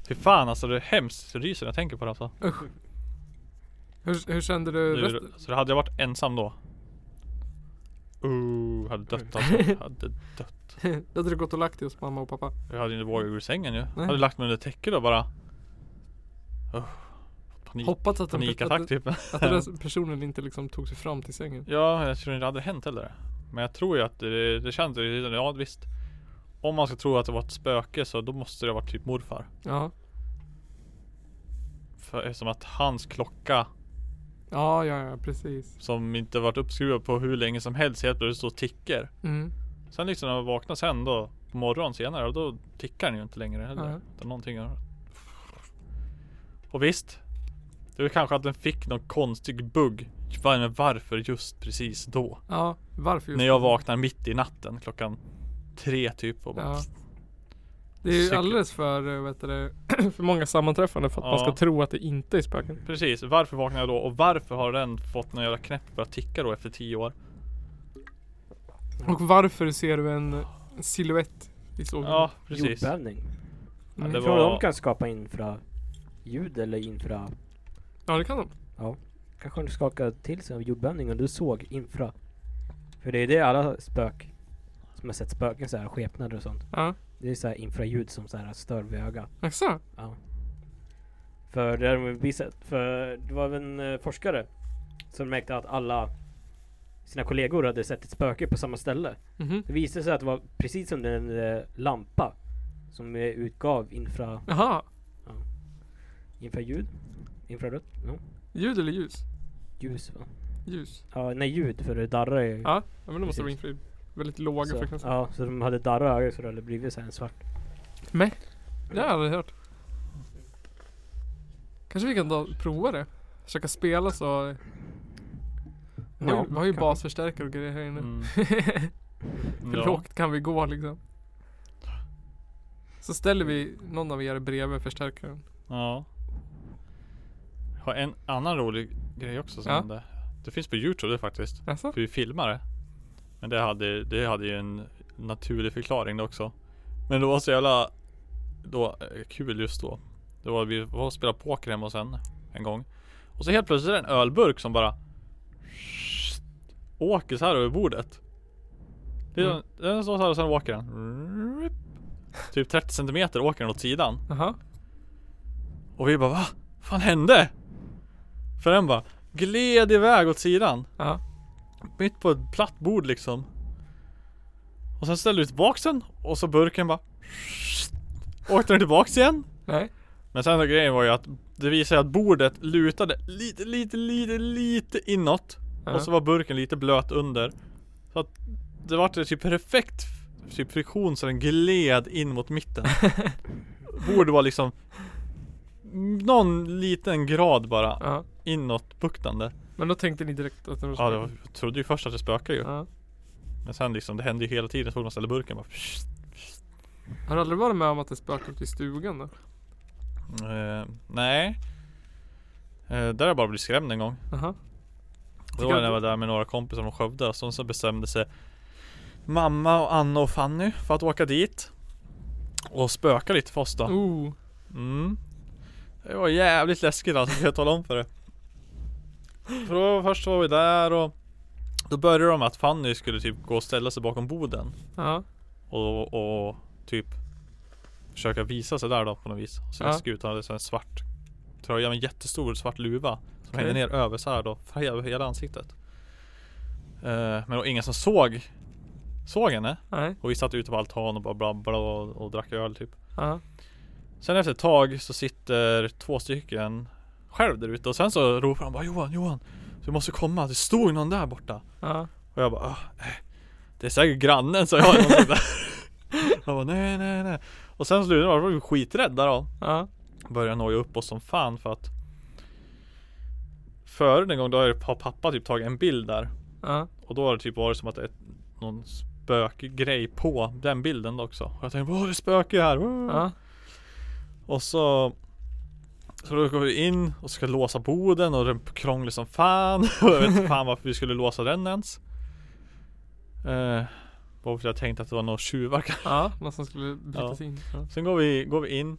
S1: Fy fan alltså det är hemskt, det ryser när jag tänker på det alltså.
S2: Usch. Hur, hur kände du
S1: Nu,
S2: resten?
S1: så hade jag varit ensam då. Uh, hade dött alltså. Hade dött.
S2: Då hade du gått och lagt dig hos mamma och pappa.
S1: Jag hade inte vågat gå ur sängen ju.
S2: Nej.
S1: Hade lagt mig under täcket då bara. Uh, panik,
S2: Hoppats att, den, att,
S1: panikattack
S2: att,
S1: typ.
S2: den där personen inte liksom tog sig fram till sängen.
S1: Ja, jag tror inte det hade hänt heller. Men jag tror ju att det, det känns, ja visst. Om man ska tro att det var ett spöke så då måste det ha varit typ morfar.
S2: Ja.
S1: För, eftersom att hans klocka
S2: Ja, ja, ja, precis.
S1: Som inte varit uppskruvad på hur länge som helst. Helt plötsligt står och tickar.
S2: Mm.
S1: Sen liksom när man vaknar sen då på morgonen senare då tickar den ju inte längre heller.
S2: Nej.
S1: Utan någonting har... Och visst. Det var kanske att den fick någon konstig bugg. Vad- Men varför just precis då?
S2: Ja, varför just
S1: När jag
S2: det?
S1: vaknar mitt i natten klockan tre typ och bara,
S2: Ja. Det är ju
S1: Cykel.
S2: alldeles för, eh, vad heter det, för många sammanträffanden för att man
S1: Ja.
S2: ska tro att det inte är spöken.
S1: Precis, varför vaknar jag då och varför har den fått någon jävla knäpp för att ticka då efter tio år?
S2: Och varför ser du en silhuett i sovrummet?
S1: Ja precis
S3: Jordbävning.
S1: Ja,
S2: Mm.
S1: det
S3: Tror du
S1: var-
S3: de kan skapa infraljud eller infra...
S2: ja, det kan de.
S3: Kanske de skakade till sig av jordbävning och du såg infra. För det är det alla spök som har sett spöken så här, skepnader och sånt.
S2: Ja,
S3: Det är så här infraljud som så här stör vid ögat.
S2: exakt.
S3: För det har de visat. För det var en eh, forskare som märkte att alla sina kollegor hade sett ett spöke på samma ställe.
S2: Mhm.
S3: Det visade sig att det var precis som den eh, lampa som eh, utgav infra,
S2: Jaha,
S3: infraljud. Infrarött? Ja.
S2: ljud eller ljus?
S3: Ljus va?
S2: Ljus.
S3: Ja, nej ljud för det darrar ju.
S2: Ja, ja men då måste det vara
S3: Precis.
S2: infraljud. Väldigt låga
S3: så,
S2: frekvenser.
S3: ja, så de hade darrat ögat så det hade blivit så här en svart.
S2: Det har jag aldrig hört. Kanske vi kan ta, prova det? Försöka spela så. Vi har ju- vi har ju
S3: kanske.
S2: basförstärkare och grejer här inne.
S1: Mm.
S2: Hur
S1: Ja.
S2: lågt kan vi gå liksom? Så ställer vi någon av er bredvid förstärkaren.
S1: Ja. Jag har en annan rolig grej också som
S2: Ja.
S1: hände. Det finns på Youtube det faktiskt.
S2: Jaså?
S1: För vi filmade. Men det hade, det hade ju en naturlig förklaring det också. Men det var så jävla då, eh, kul just då. Det var, vi var och spelade poker hemma hos en, en gång. Och så helt plötsligt är det en ölburk som bara åker så här över bordet. Det är,
S2: Mm.
S1: Den står så här och sen åker den. Typ 30 centimeter åker den åt sidan.
S2: Jaha?
S1: Och vi bara va? Vad fan hände? För den bara gled iväg åt sidan.
S2: Ja.
S1: Mitt på ett platt bord liksom. Och sen ställde vi tillbaks den och så burken bara Åkte den tillbaks igen.
S2: Nej?
S1: Men sen grejen var ju att det visade sig att bordet lutade lite, lite, lite, lite inåt.
S2: Ja.
S1: Och så var burken lite blöt under. Så att det vart typ perfekt typ friktion så den gled in mot mitten. Borde vara liksom någon liten grad bara
S2: Ja.
S1: inåtbuktande.
S2: Men då tänkte ni direkt att det var
S1: Ja, det var, jag trodde ju först att det spökade ju.
S2: Ja.
S1: Men sen liksom, det hände ju hela tiden så fort man ställde burken bara.
S2: Har du aldrig varit med om att det spökar ute i stugan då?
S1: Eh, nej. Eh, där har jag bara blivit skrämd en gång.
S2: Jaha?
S1: Det var när jag var där med några kompisar från Skövde och så så bestämde sig Mamma och Anna och Fanny för att åka dit Och spöka lite för oss då
S2: Oh.
S1: mm. Det var jävligt läskigt alltså, ska jag tala om för dig För då, först var vi där och Då började de med att Fanny skulle typ gå och ställa sig bakom boden
S2: Ja.
S1: och, och typ försöka visa sig där då på något vis. Så
S2: Ja.
S1: läskig ut. Han hade så en svart tröja med en jättestor svart luva. Som
S2: Okej.
S1: hängde ner över så här då. För hela, hela ansiktet. Eh, men det var ingen som såg Såg henne.
S2: Nej.
S1: Och vi satt ute på altan och bara blabblade och, och drack öl typ.
S2: Ja.
S1: Sen efter ett tag så sitter två stycken själv där ute och sen så ropar de bara Johan, Johan! Du måste komma, det stod någon där borta.
S2: Ja.
S1: Och jag bara "Ah, eh, Det är säkert grannen sa jag något sånt där. Jag bara nej nej nej Och sen slutade jag var vi skiträdda då
S2: Ja.
S1: Började noja upp oss som fan för att Förut en gång då har pappa typ tagit en bild där
S2: Ja.
S1: Och då har det typ varit som att det är någon spökgrej på den bilden också Och jag tänkte åh det är spöke här
S2: Ja.
S1: och så Så då går vi in och ska låsa boden och den krånglar som fan och jag vet inte fan varför vi skulle låsa den ens eh, Bara för att jag tänkte att det var några tjuvar kanske.
S2: Ja. Någon som skulle bryta
S1: Ja.
S2: sig in. Ja.
S1: Sen går vi, går vi in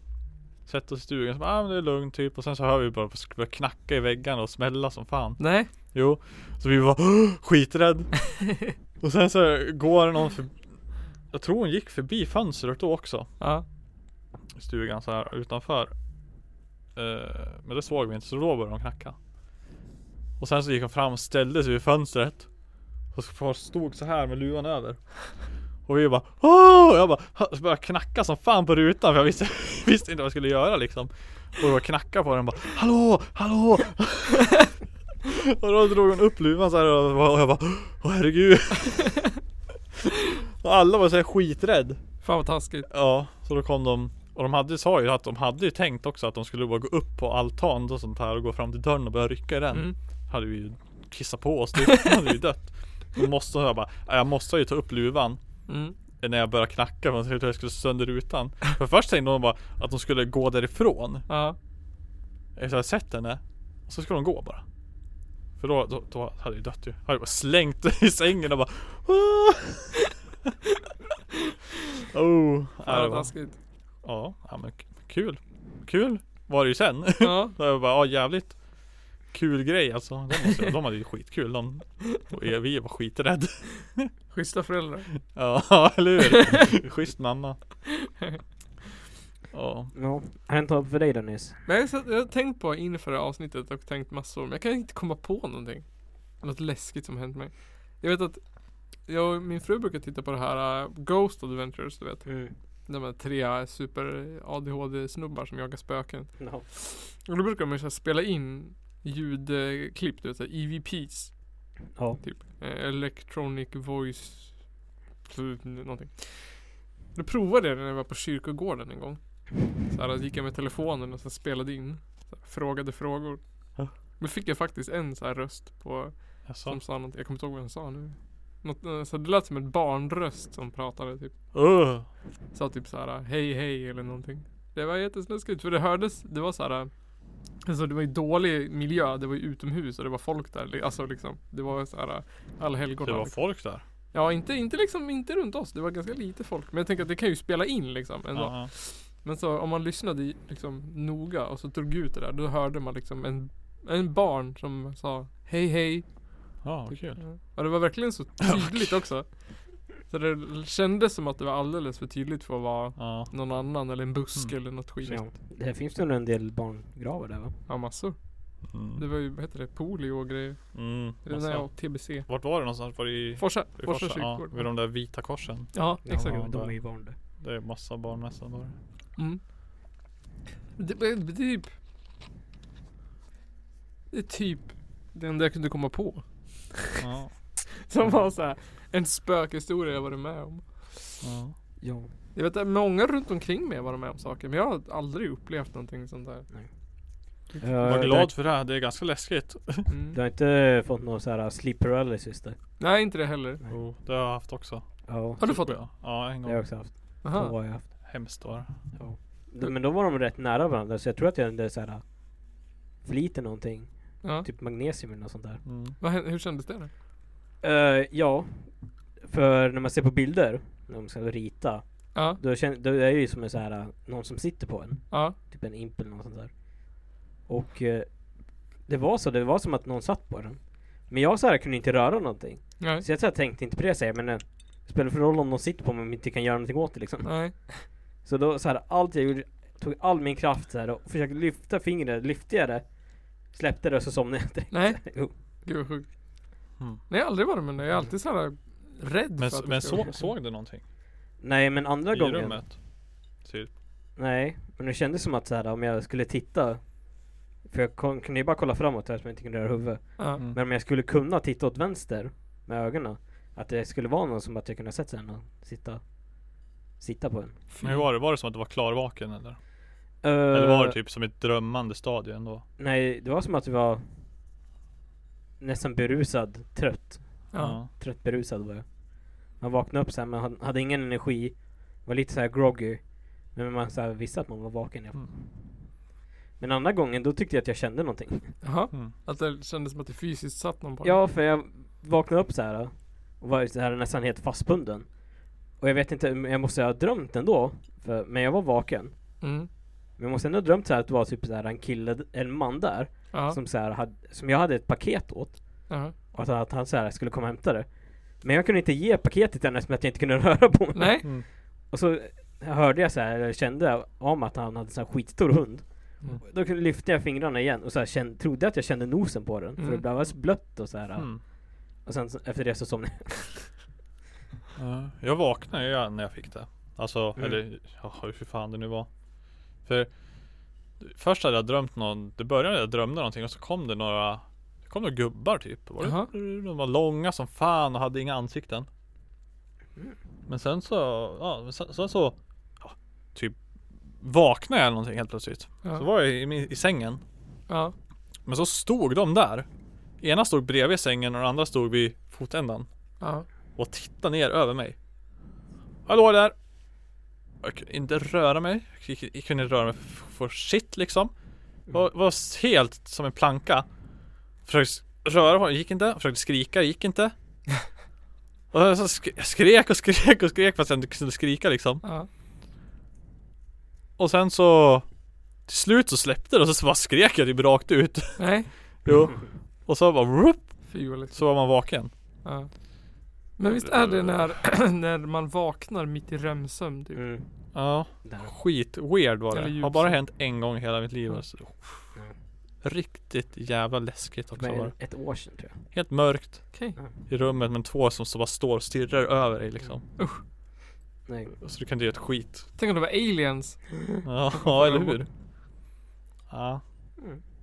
S1: Sätter oss i stugan, så bara, ah, men det är lugnt typ och sen så hör vi bara börja knacka i väggarna och smälla som fan
S2: Nej.
S1: Jo Så vi var skiträdd Och sen så går någon förbi Jag tror hon gick förbi fönstret då också
S2: Ja.
S1: i stugan så här utanför. Eh, men det såg vi inte så då började de knacka. Och sen så gick de fram och ställde sig vid fönstret. Och folk stod så här med luvan över. Och vi bara Åh! Och jag bara "Ha!" så började jag knacka som fan på rutan för jag visste, visste inte vad jag skulle göra liksom. Och jag knackade på den bara Hallå! Hallå! Och då drog hon upp luvan så här och och jag bara Åh herregud Och alla var så här skiträdd
S2: Fan vad taskigt.
S1: Ja, så då kom de Och de hade, sa ju att de hade ju tänkt också att de skulle bara gå upp på altan och sånt här och gå fram till dörren och börja rycka i den
S2: Mm.
S1: Hade vi ju kissat på oss typ, hade vi dött Då måste jag bara, "Ja, jag måste ju ta upp luvan
S2: Mm.
S1: när jag började knacka för jag trodde jag skulle slå sönder rutan. För först tänkte de bara att de skulle gå därifrån.
S2: Ja.
S1: Efter att jag sett henne. Och så skulle de gå bara. För då, då, då hade jag ju dött ju. Jag hade bara slängt i sängen och bara "Åh!" Oh, ja,
S2: Fan
S1: det
S2: vad
S1: var,
S2: taskigt.
S1: ja, ja men k- kul. Kul var det ju sen.
S2: Ja.
S1: Då jag bara, ja jävligt kul grej alltså. De, måste, de hade ju skitkul. De, och vi var skiträdda.
S2: Schyssta föräldrar.
S1: Ja, eller hur? Schysst mamma. Ja.
S3: Ja, har hänt något för dig Dennis?
S2: Men jag, satt- jag har tänkt på inför det här avsnittet och tänkt massor. Men jag kan inte komma på någonting. Något läskigt som hänt mig. Jag vet att jag och min fru brukar titta på det här äh, Ghost Adventures du vet.
S3: Mm.
S2: De här tre äh, super ADHD snubbar som jagar spöken.
S3: No.
S2: Och då brukar de ju så här spela in ljudklipp, du vet så här E EVPs.
S3: Ja.
S2: Eh, Electronic voice typ, någonting. Då provade jag det när jag var på kyrkogården en gång. Så här, gick jag med telefonen och så spelade in. Så här, frågade frågor.
S1: Ja.
S2: Men fick jag faktiskt en så här röst på,
S1: Jaså?
S2: som sa någonting. Jag kommer inte ihåg vad den sa nu. Något, eh, så det lät som en barnröst som pratade typ.
S1: Uh.
S2: Sa typ så här hej hej eller någonting. Det var jättesnuskigt för det hördes, det var så här. Alltså det var ju dålig miljö, det var ju utomhus och det var folk där. Alltså liksom, det var så här
S1: Det
S2: allhelgona.
S1: var
S2: liksom.
S1: folk där.
S2: Ja, inte, inte liksom, inte runt oss. Det var ganska lite folk. Men jag tänker att det kan ju spela in liksom ändå.
S1: Aha.
S2: Men så om man lyssnade i- liksom noga och så drog ut det där, då hörde man liksom en, en barn som sa hej hej.
S1: Ja, vad kul.
S2: Ja, det var verkligen så tydligt också. Så det kändes som att det var alldeles för tydligt för att vara
S1: Ja.
S2: någon annan eller en buske
S1: Mm.
S2: eller något skit.
S3: Ja. Det här finns det nog en del barngravar där va?
S2: Ja, massor. Det
S1: Mm.
S2: var ju, vad heter det, polio och grejer.
S1: Mm.
S2: Det var
S1: massa.
S2: när jag TBC.
S1: Vart var det någonstans? Var det i,
S2: Forsa,
S1: i
S2: Forsa
S1: Forsa? Ja,
S2: kyrkogård.
S1: vid de där vita korsen.
S2: Ja, exakt.
S3: Ja,
S1: Ja,
S3: de
S1: där.
S3: är ju barn där.
S1: Det är massa barnmässan där.
S2: Mm. Det, det, det, är typ, det är typ det enda jag kunde komma på.
S1: Ja.
S2: Som var så här, en spökhistoria jag varit med om.
S1: ja.
S3: Ja.
S2: Jag vet att många runt omkring mig har varit med om saker men jag har aldrig upplevt någonting sånt där.
S1: Var
S3: Var
S1: glad för det här. Det är ganska läskigt.
S3: Du
S2: Mm.
S3: har inte fått någon så här sleep paralysis där?
S2: Nej inte det heller.
S1: Oh, det har jag haft också.
S3: Ja.
S2: Har du fått det?
S1: det? Typ Ja, en
S3: Det har jag också
S1: gång.
S3: haft. Två
S2: Aha.
S3: har jag haft.
S1: Hemskt var det.
S3: De- Men då var de rätt nära varandra så jag tror att jag hade så här flit i någonting.
S2: Ja.
S3: Typ magnesium eller något sånt där.
S1: Mm.
S2: Vad, hände- hur kändes det då?
S3: Eh, ja. För när man ser på bilder, när man ska rita.
S2: Ja,
S3: Då, känner, då är det ju som en så här, äh, någon som sitter på en.
S2: ja,
S3: Typ en imp eller något sånt där. Och eh, det var så, det var som att någon satt på den. Men jag så här kunde inte röra någonting.
S2: nej,
S3: Så jag så här tänkte inte på det så här, men eh, spelar för roll om någon sitter på mig om jag inte kan göra någonting åt det liksom.
S2: nej.
S3: Så då så här, allt jag gjorde, tog all min kraft så här och försökte lyfta fingret, lyfte jag det, släppte det och så somnade jag direkt.
S2: Nej,
S3: Jo.
S2: gud vad sjukt.
S1: Mm.
S2: Nej jag har aldrig varit med om det. Jag är alltid så här rädd
S1: Men,
S2: för att det
S1: men
S2: ska-
S1: så, såg du någonting?
S3: Nej men andra
S1: I
S3: gången.
S1: rummet? Typ.
S3: Nej, men det kändes som att så här, om jag skulle titta, för jag kon- kunde ju bara kolla framåt eftersom jag inte kunde röra huvudet.
S2: Ja.
S1: Mm.
S3: Men om jag skulle kunna titta åt vänster med ögonen, att det skulle vara någon som att jag kunde ha sett sen och sitta, sitta på en.
S1: Men hur var det? Var det som att du var klarvaken eller?
S3: Eh,
S1: Eller var det typ som ett drömmande stadie ändå?
S3: Nej, det var som att du var nästan berusad, trött.
S2: Ja.
S3: Trött berusad var jag. Man vaknade upp så här, man hade- hade ingen energi. Var lite så här groggy. Men man så här visste att man var vaken. i alla fall.
S1: Mm.
S3: Men andra gången, då tyckte jag att jag kände någonting.
S2: Jaha.
S1: Mm.
S2: Att det kändes som att det fysiskt satt någon på
S3: Ja, för jag vaknade upp så här och var så här nästan helt fastbunden. Och jag vet inte, jag måste ha drömt ändå. För, men jag var vaken.
S2: den. Mm.
S3: Men jag måste ändå ha drömt så här att det var typ så här en kille, en man där.
S2: Ja.
S3: Som, så här hade, som jag hade ett paket åt.
S2: Jaha.
S3: Och att han, att han så här skulle komma och hämta det. Men jag kunde inte ge paketet än eftersom att jag inte kunde röra på mig.
S2: Nej.
S1: Mm.
S3: Och så hörde jag så här, eller kände om att han hade en sån här skitstor hund.
S1: Mm.
S3: Då kunde- lyfte jag fingrarna igen och så här kände, trodde att jag kände nosen på den.
S2: Mm.
S3: För det blev så blött och så här.
S1: Mm.
S3: Och sen så- efter det så somnade jag.
S1: Ja, Jag vaknade ju när jag fick det. Alltså,
S3: Mm.
S1: eller ja, hur fan det nu var. För först hade jag drömt någon, det började jag drömde någonting och så kom det några Det kom några gubbar typ. Var det?
S2: Jaha.
S1: De var långa som fan och hade inga ansikten. Men sen så, ja, men sen, sen så ja, Typ Vaknade jag eller någonting helt plötsligt.
S2: Ja.
S1: Så var jag i, min- i sängen.
S2: Ja.
S1: Men så stod de där. Ena stod bredvid sängen och den andra stod vid fotändan.
S2: Ja.
S1: Och tittade ner över mig. Hallå där! Jag kunde inte röra mig. Jag kunde- jag kunde inte röra mig f- för shit liksom. Var, var helt som en planka. Försökte röra på mig, gick inte. Försökte skrika, gick inte. Och jag så sk- jag skrek och skrek och skrek fast jag inte kunde skrika liksom.
S2: Ja.
S1: Och sen så Till slut så släppte det och så bara skrek jag typ rakt ut.
S2: Nej.
S1: Jo. Och så bara whoop,
S2: Fy vad läskigt.
S1: så var man vaken.
S2: Ja. Men visst är det när, när man vaknar mitt i remsömn typ?
S3: Mm.
S1: Ja.
S3: Där.
S1: Skit weird var
S2: Eller
S1: det. Har
S2: ljus.
S1: bara hänt en gång i hela mitt liv.
S2: Mm.
S1: Alltså. Riktigt jävla läskigt också var
S3: Men
S1: det.
S3: ett år sedan tror jag.
S1: Helt mörkt
S2: Okej.
S1: i rummet men två som så bara står och stirrar över dig liksom.
S3: Nej.
S2: Mm.
S1: Så du kan inte göra ett skit.
S2: Tänk om det var aliens.
S1: Ja, ja eller hur? Ja.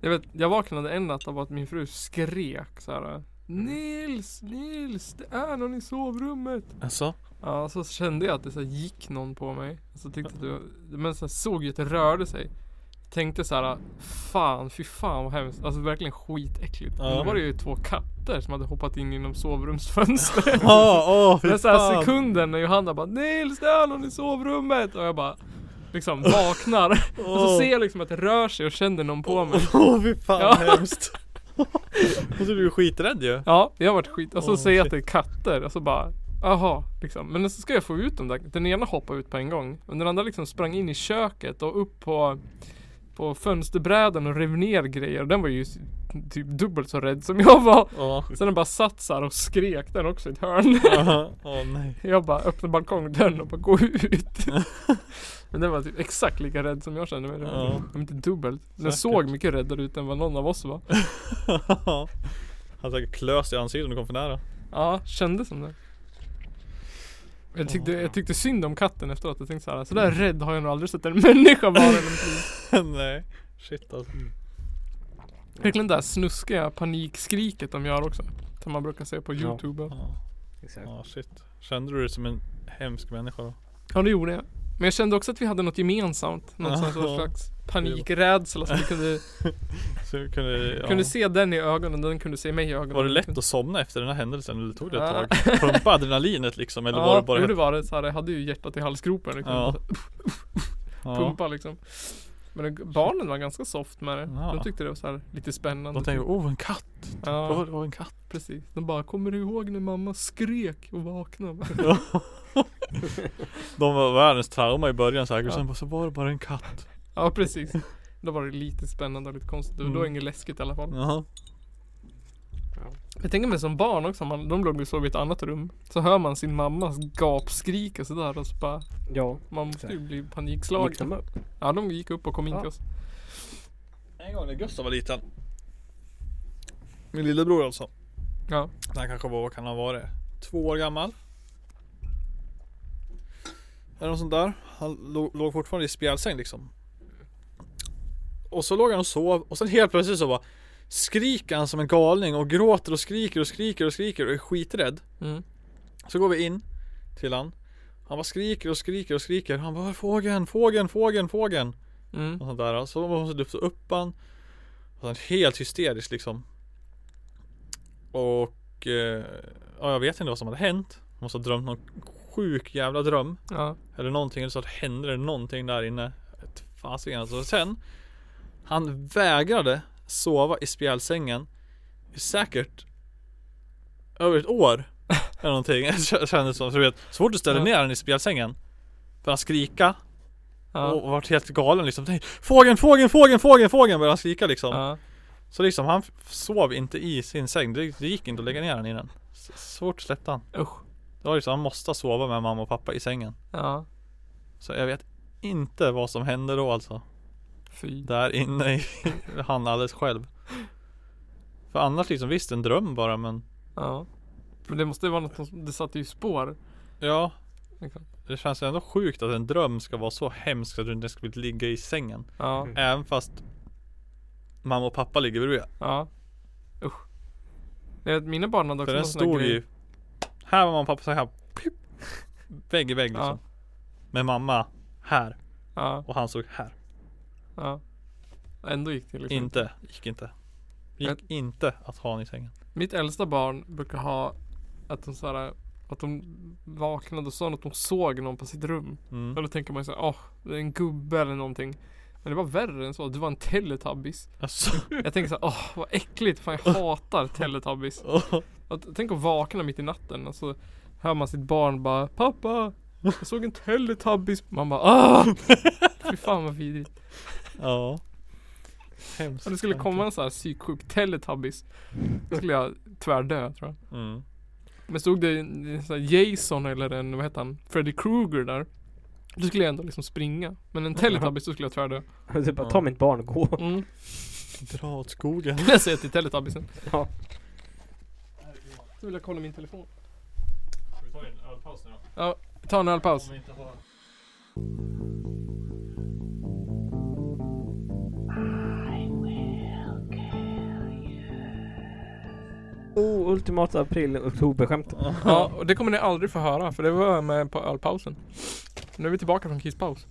S2: Jag vet, jag vaknade en natt av att min fru skrek så
S1: Mm.
S2: här. Nils, Nils, det är någon i sovrummet.
S1: Alltså?
S2: Ja, så kände jag att det så här gick någon på mig. Så tyckte att det var, men så här såg jag att det rörde sig. Tänkte så här, fan, fy fan vad hemskt. Alltså verkligen skitäckligt.
S1: Ja.
S2: Men Då var det ju två katter som hade hoppat in genom sovrumsfönstret.
S1: Ja, åh fy
S2: Den så här
S1: fan.
S2: sekunden när Johanna bara Nils det är någon i sovrummet och jag bara liksom vaknar. Och så ser jag liksom att det rör sig och känner någon på mig.
S1: Åh oh, fy fan
S2: Ja.
S1: hemskt. och så blir du skiträdd ju.
S2: Ja, jag har varit skit. Och så
S1: Åh,
S2: ser jag
S1: shit.
S2: att det är katter och så bara Jaha, liksom. Men så ska jag få ut dem där. Den ena hoppade ut på en gång. Men den andra liksom sprang in i köket och upp på, på fönsterbrädan och rev ner grejer. Och den var ju s- typ dubbelt så rädd som jag var.
S1: Ja.
S2: Sen den bara satt så här och skrek den också i ett hörn.
S1: Ja, Åh nej.
S2: Jag bara öppnade balkongdörren och bara gå ut. Men den var typ exakt lika rädd som jag kände mig.
S1: Ja.
S2: Om inte dubbelt. Den
S1: Säkert.
S2: såg mycket räddare ut än vad någon av oss var.
S1: Han säkert klös i ansiktet om du kom för nära.
S2: Ja, kändes som det. Jag tyckte, jag tyckte synd om katten efteråt. Jag tänkte såhär, sådär rädd har jag nog aldrig sett en människa vara. eller någonting.
S1: nej. Shit alltså.
S2: Mm. Verkligen det där snuskiga panikskriket de gör också. Som man brukar se på
S3: Ja.
S2: youtube. Ja,
S1: Ja,
S3: Exakt.
S1: ja shit. Kände du dig som en hemsk människa då?
S2: det gjorde jag. Men jag kände också att vi hade något gemensamt. Något
S1: Ja.
S2: sånt slags panikrädsla som vi kunde,
S1: Så vi kunde, ja.
S2: kunde se den i ögonen. Den kunde se mig i ögonen.
S1: Var det lätt att somna efter den här händelsen eller tog det ett
S2: Ja.
S1: tag? Pumpa adrenalinet liksom eller
S2: ja,
S1: var det bara
S2: jo, det var det. Så här, jag hade ju hjärtat i halsgropen. Liksom.
S1: Ja.
S2: Så
S1: ja.
S2: Pumpa liksom. Men det- barnen var ganska soft med det.
S1: Ja.
S2: De tyckte det var så här lite spännande.
S1: De tänkte oh en katt,
S2: ja,
S1: oh, oh, en katt
S2: precis. De bara, kommer du ihåg när mamma skrek och vaknade?
S1: De var världens trauma i början säkert och
S2: Ja.
S1: sen bara, så var det bara en katt
S2: ja, precis. Då var det lite spännande och lite konstigt. Mm. Då var det
S1: Mm.
S2: inget läskigt i alla fall.
S1: Jaha
S2: Jag tänker mig som barn också. Man, de låg och sov i ett annat rum. Så hör man sin mammas gapskrik och sådär. Och så bara,
S3: Ja.
S2: man måste ju bli
S3: Gick de
S2: panikslagen.
S3: upp?
S2: Ja, de gick upp och kom in till
S3: Ja.
S2: oss.
S1: En gång när Gustav var liten Min lillebror alltså
S2: Ja.
S1: När han kanske var, vad kan han ha varit? Två år gammal Eller något sånt där Han låg, låg fortfarande i spjälsäng liksom Och så låg han och sov och sen helt plötsligt så bara Skriker han som en galning och gråter och skriker och skriker och skriker och är skiträdd
S2: Mm.
S1: Så går vi in till han Han bara skriker och skriker och skriker Han bara fågeln, fågeln, fågeln, fågeln
S2: Mm.
S1: och sånt där. Så man måste lyfta upp han. Och sen helt hysteriskt liksom. Och eh, ja, jag vet inte vad som hade hänt. Jag måste ha drömt någon sjuk jävla dröm.
S2: Ja.
S1: Eller någonting. Eller så att hände det någonting där inne. Ett Fasiken alltså. Sen. Han vägrade sova i spjälsängen. I säkert. Över ett år. Eller någonting. Det kändes som. Så, du vet, så fort du ställer
S2: Ja.
S1: ner den i spjälsängen. Börjar han skrika.
S2: Ja.
S1: Och vart helt galen liksom. Nej, fågeln, fågeln, fågeln, fågeln, fågeln började han skrika liksom.
S2: ja.
S1: Så liksom han f- sov inte i sin säng. Det, det gick inte att lägga ner den i den. S- Svårt släppte han.
S2: Usch.
S1: Det var liksom, han måste sova med mamma och pappa i sängen.
S2: Ja.
S1: Så jag vet inte vad som hände då alltså.
S2: Fy.
S1: Där inne i han alldeles själv. För annars liksom, visst en dröm bara men.
S2: Ja. Men det måste ju vara något som, det satte ju spår.
S1: Ja,
S2: Liksom.
S1: det känns ändå sjukt att en dröm ska vara så hemsk att du inte ska ligga i sängen.
S2: Ja,
S1: Även fast mamma och pappa ligger bredvid.
S2: ja. Nej, mina barn hade också
S1: För den
S2: någon sån här
S1: stod
S2: grej.
S1: ju Här var mamma och pappa så här pip, Vägg i vägg liksom
S2: Ja.
S1: Med mamma här
S2: Ja,
S1: och han stod här
S2: ja. Ändå gick det liksom.
S1: Inte, gick inte Gick
S2: Jag-
S1: inte att ha han i sängen
S2: Mitt äldsta barn brukar ha att de såhär att de vaknade och sa att de såg någon på sitt rum.
S1: mm.
S2: Och då tänker man såhär, åh, det är en gubbe eller någonting. Men det var värre än så, det var en Teletubbies.
S1: alltså,
S2: Jag tänker såhär, åh vad äckligt, fan jag hatar Teletubbies. Och t- tänk att vakna mitt i natten och så hör man sitt barn bara, pappa, jag såg en Teletubbies. Man bara, åh! Fy fan vad vidrigt.
S1: Ja Hemskt
S2: Om det skulle komma en sån här psyksjuk Teletubbies Då skulle jag tvärdö tror jag
S1: mm.
S2: Men stod det en en sån här Jason eller en, vad heter han? Freddy Krueger där Då skulle jag ändå liksom springa Men en Teletubbies då skulle jag tvärdö
S3: Du bara, ta mitt barn och gå.
S2: mm.
S1: Dra åt skogen
S2: Jag säger till Teletubbisen
S3: Ja.
S2: Nu vill jag kolla min telefon
S1: Ska vi ta en ölpaus nu då?
S2: Ja, ta en ölpaus
S1: inte har
S3: Oh, ultimata april oktoberskämt.
S2: Ja, och det kommer ni aldrig få höra för det var med på ölpausen Nu är vi tillbaka från kisspaus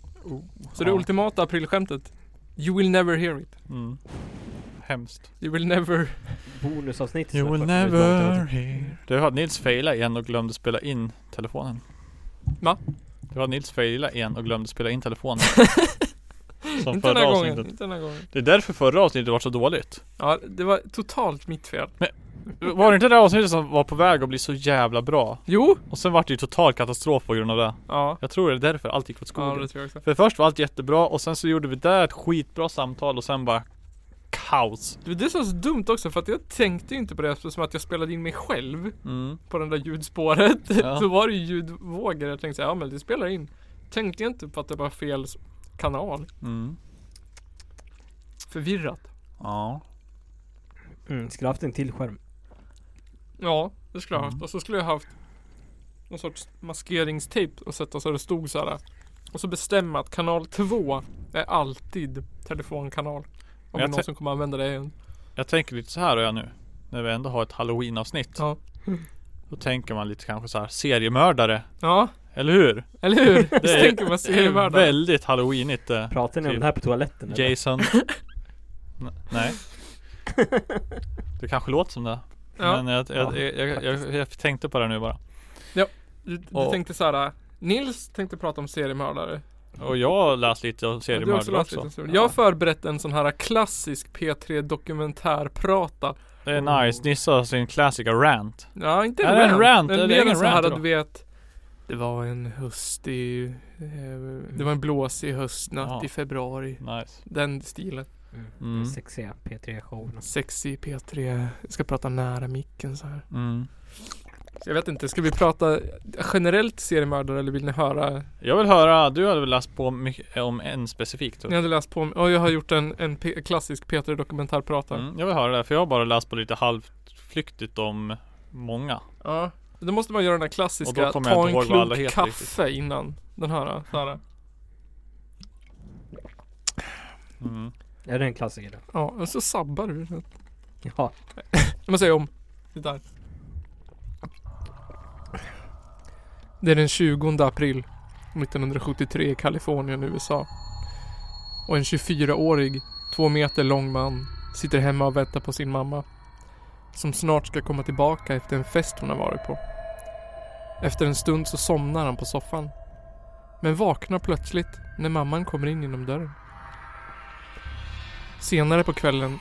S2: Så det
S1: Ja.
S2: ultimata aprilskämtet You will never hear it
S1: mm. Hemskt
S2: You will never
S3: Bonusavsnitt.
S1: You will never hear Det var att Nils failade igen och glömde spela in telefonen
S2: Va?
S1: Det var att Nils failade igen och glömde spela in telefonen Som
S2: Inte den här
S1: förra
S2: gången,
S1: avsnittet
S2: inte den här gången
S1: Det är därför förra avsnittet var så dåligt
S2: Ja, det var totalt mitt fel.
S1: Var det inte det avsnittet som var på väg att bli så jävla bra?
S2: Jo!
S1: Och sen vart det ju total katastrof på grund av det
S2: Ja,
S1: Jag tror det är därför allt gick åt
S2: ja det
S1: skogen
S2: tror jag också.
S1: För först var allt jättebra och sen så gjorde vi där ett skitbra samtal och sen bara Kaos
S2: Det- Det känns så dumt också för att jag tänkte ju inte på det eftersom att jag spelade in mig själv
S1: mm.
S2: på det där ljudspåret.
S1: Ja.
S2: Så var det ju ljudvågor. Jag tänkte så här, ja men det spelar in. Tänkte jag inte på att det var fel s- kanal.
S1: Mm.
S2: Förvirrat.
S1: Ja
S3: Mm, skulle haft en till skärm.
S2: Ja, det skulle jag haft.
S1: Mm.
S2: Och så skulle jag haft någon sorts maskeringstejp och sätta så det stod så här. Och så bestämma att kanal 2 är alltid telefonkanal. Om
S1: jag
S2: det är
S1: tän-
S2: någon som kommer använda det igen.
S1: Jag tänker lite så här är jag nu När vi ändå har ett halloween avsnitt
S2: Ja.
S1: Då tänker man lite kanske så här seriemördare
S2: Ja,
S1: Eller hur?
S2: Eller hur? Det
S1: är-
S2: tänker man
S1: Det är
S2: seriemördare.
S1: väldigt halloweenigt eh,
S3: Pratar ni om
S1: Typ.
S3: det här på toaletten eller?
S1: Jason N- Nej Det kanske låter som det
S2: Ja,
S1: Men jag, jag,
S3: Ja,
S1: jag, jag, jag, jag tänkte på det nu bara
S2: du, du
S1: och-
S2: tänkte såhär. Nils tänkte prata om seriemördare.
S1: Och jag har läst lite
S2: Ja, Du
S1: om
S2: har också
S1: seriemördare
S2: läst
S1: också,
S2: lite om det. Jag har förberett en sån här klassisk P3 dokumentärprata.
S1: Det är nice, Nisse har sin klassiska rant
S2: Ja, inte
S1: Är det en rant?
S2: men
S1: Är det
S2: mer en
S1: ingen
S2: sån här
S1: rant
S2: att
S1: då?
S2: du vet. Det var en höstig. eh, Det var en blåsig höstnatt
S1: Ja.
S2: i februari.
S1: Nice
S2: Den stilen.
S1: Mm.
S3: Sexiga P3-showen.
S2: Sexy P3. Jag ska prata nära micken så här.
S1: mm.
S2: Så jag vet inte. Ska vi prata generellt seriemördare eller vill ni höra
S1: Jag vill höra, du hade väl läst på mycket, om en specifik typ?
S2: Ni
S1: tror
S2: hade läst på om, ja jag har gjort en, en P- klassisk Peter dokumentärpratare.
S1: jag mm. Jag vill höra det, för jag har bara läst på lite halvflyktigt om många
S2: Ja. Då måste man göra den här
S1: Och
S2: klassiska,
S1: då kommer jag
S2: ta
S1: inte
S2: en
S1: ihåg vad alla
S2: klunk
S1: heter
S2: kaffe innan den här. Så här.
S1: mm.
S3: Är det en klassiker då?
S2: Ja, och så sabbar du. den.
S3: Ja.
S2: Jag måste säga om. Det där. Det är den 20 april 1973 i Kalifornien, USA. Och en 24-årig, två meter lång man sitter hemma och väntar på sin mamma. Som snart ska komma tillbaka efter en fest hon har varit på. Efter en stund så somnar han på soffan. Men vaknar plötsligt när mamman kommer in genom dörren. Senare på kvällen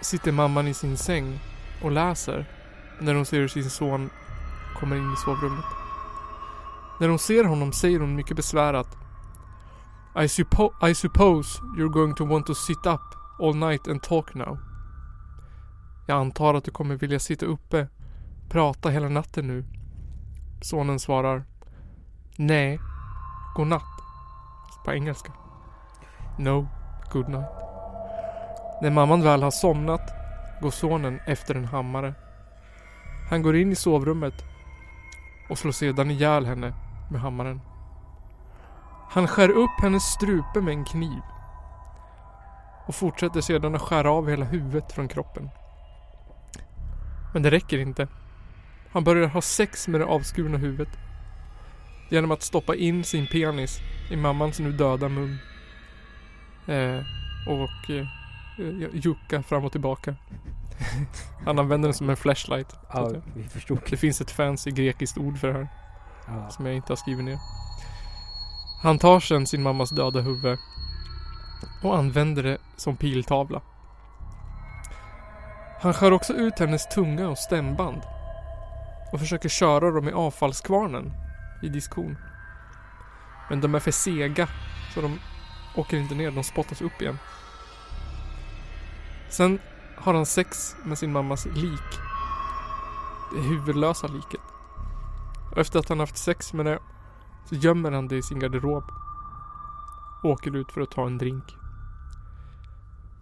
S2: sitter mamman i sin säng och läser när hon ser hur sin son kommer in i sovrummet. När hon ser honom säger hon mycket besvärat I, suppo- I suppose you're going to want to sit up all night and talk now. Jag antar att du kommer vilja sitta uppe, prata hela natten nu. Sonen svarar Nej, godnatt. På engelska. No, goodnight. När mamman väl har somnat går sonen efter en hammare. Han går in i sovrummet och slår sedan ihjäl henne med hammaren. Han skär upp hennes strupe med en kniv och fortsätter sedan att skära av hela huvudet från kroppen. Men det räcker inte. Han börjar ha sex med det avskurna huvudet. Genom att stoppa in sin penis i mammans nu döda mun. Eh, och eh, eh, jucka fram och tillbaka. Han använder den som en flashlight.
S3: Ja, vi förstod.
S2: Det finns ett fancy grekiskt ord för det här
S3: Ja.
S2: som jag inte har skrivit ner. Han tar sedan sin mammas döda huvud och använder det som piltavla. Han skär också ut hennes tunga och stämband och försöker köra dem i avfallskvarnen i diskon. Men de är för sega så de åker inte ner, de spottas upp igen. Sen har han sex med sin mammas lik. Det huvudlösa liket. Och Efter att han haft sex med det så gömmer han det i sin garderob. Och åker ut för att ta en drink.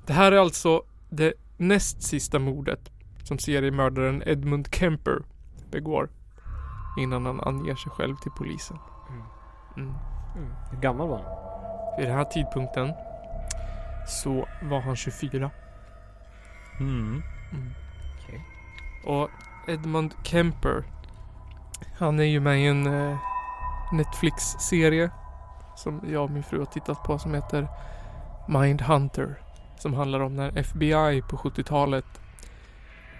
S2: Det här är alltså det näst sista mordet som seriemördaren Edmund Kemper begår. Innan han anger sig själv till polisen.
S3: Mm.
S2: Mm.
S3: Mm. Hur gammal var han?
S2: Vid den här tidpunkten så var han 24.
S1: Mm.
S3: Okej.
S2: Och Edmund Kemper. Han är ju med i en eh, Netflix-serie som jag och min fru har tittat på som heter Mindhunter. Som handlar om när FBI på 70-talet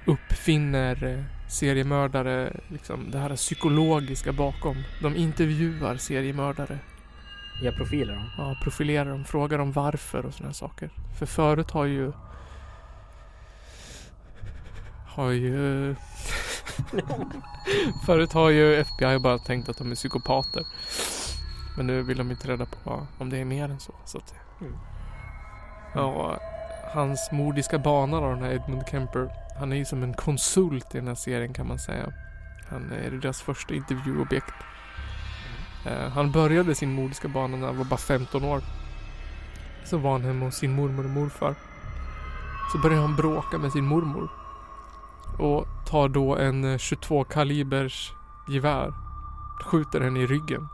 S2: uppfinner eh, seriemördare, liksom det här psykologiska bakom. De intervjuar seriemördare
S3: Ja, profiler då?
S2: Ja, profilera dem, fråga dem varför och sådana saker. För förut har ju... Har ju... förut har ju FBI bara tänkt att de är psykopater. Men nu vill de inte reda på om det är mer än så. så att...
S3: Mm.
S2: Ja, och hans mordiska bana då, den här Edmund Kemper. Han är ju som en konsult i den här serien kan man säga. Han är deras första intervjuobjekt. Eh, Han började sin mordiska bana när han var bara 15 år. Så var han hemma hos sin mormor och morfar. Så började han bråka med sin mormor. Och tar då en eh, 22 kalibers gevär. Skjuter henne i ryggen.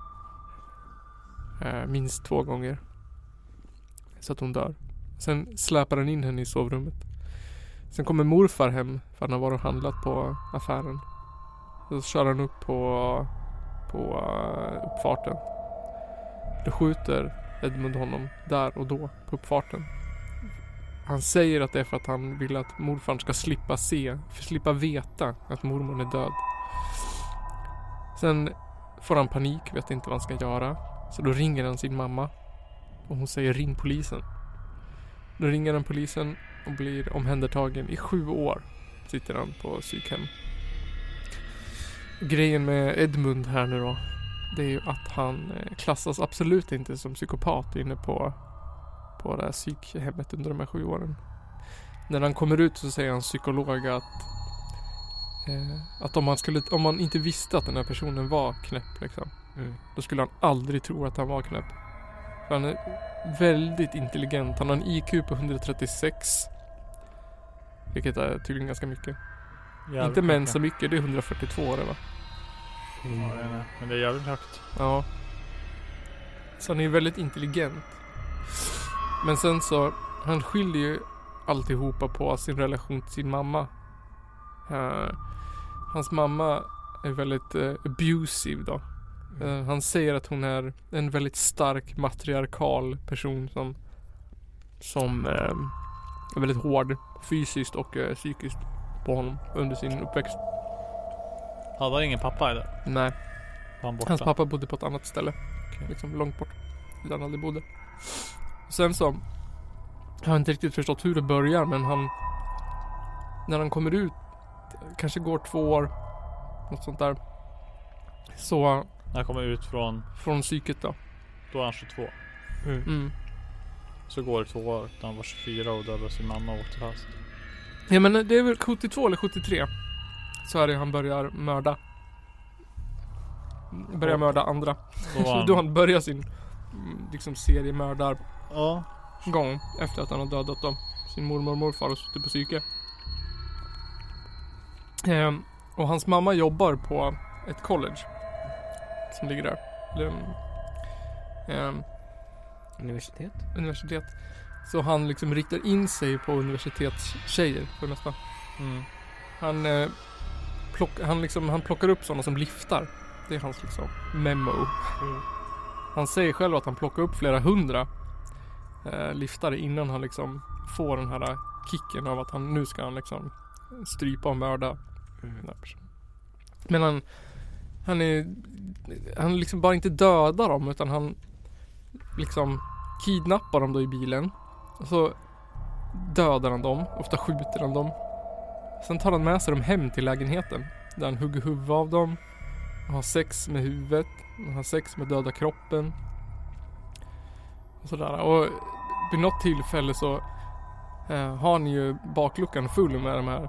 S2: Eh, Minst två gånger. Så att hon dör. Sen släpar han in henne i sovrummet. Sen kommer morfar hem för han har varit och handlat på affären. Så kör han upp på på eh, uppfarten. Då skjuter Edmund honom där och då på uppfarten. Han säger att det är för att han vill att morfarn ska slippa se, för slippa veta att mormor är död. Sen får han panik, vet inte vad han ska göra. Så då ringer han sin mamma och hon säger ring polisen. Då ringer han polisen och blir omhändertagen i sju år. Sitter han på psykhem. Grejen med Edmund här nu då. Det är ju att han eh, klassas absolut inte som psykopat inne på, på det här psykhemmet under de här sju åren. När han kommer ut så säger hans psykolog att, eh, att om, han skulle, om man inte visste att den här personen var knäpp liksom.
S3: Mm.
S2: Då skulle han aldrig tro att han var knäpp. För han är väldigt intelligent. Han har en IQ på 136. Vilket är tydligen ganska mycket.
S1: Jävligt
S2: inte men
S1: mycket.
S2: så mycket, det är 142 det va?
S1: Ja, det är det. Men det är jävligt högt.
S2: Ja. Så han är ju väldigt intelligent. Men sen så, han skyller ju alltihopa på sin relation till sin mamma. Eh, hans mamma är väldigt eh, abusive då. Eh, han säger att hon är en väldigt stark matriarkal person som, som eh, är väldigt hård fysiskt och eh, psykiskt på honom under sin uppväxt.
S1: Hade han ingen pappa eller?
S2: Nej.
S1: Var han borta?
S2: Hans pappa bodde på ett annat ställe.
S1: Okej.
S2: Liksom långt bort. Där han aldrig bodde. Sen så. Jag har inte riktigt förstått hur det börjar men han. När han kommer ut. Kanske går två år. Något sånt där. Så.
S1: När han kommer ut från,
S2: Från psyket då.
S1: då är han 22.
S2: Mm.
S1: Så går det två år när han var 24 och dödade sin mamma och åkte fast.
S2: Ja men det är väl 72 eller 73. Så är det han börjar mörda. Börjar mörda andra.
S1: Då var han...
S2: Då han börjar sin. mm, Liksom seriemördar.
S1: Ja.
S2: gång efter att han har dödat dem. Sin mormor och morfar och suttit på psyke. Ehm, och hans mamma jobbar på ett college. Som ligger där. Eller, mm, ehm,
S3: Universitet?
S2: universitet. Så han liksom riktar in sig på universitetstjejer för det mesta.
S1: Mm.
S2: Han, eh, plock, han, liksom, han plockar upp sådana som liftar. Det är hans liksom memo.
S3: Mm.
S2: Han säger själv att han plockar upp flera hundra eh, liftare innan han liksom får den här kicken av att han nu ska han liksom strypa och mörda den här personen. Men han, han är, han liksom bara inte dödar dem utan han liksom kidnappar dem då i bilen. Och så dödar han dem, ofta skjuter han dem. Sen tar han med sig dem hem till lägenheten där han hugger huvudet av dem och har sex med huvudet, och har sex med döda kroppen. Och sådär. Och vid något tillfälle så eh, har han ju bakluckan full med de här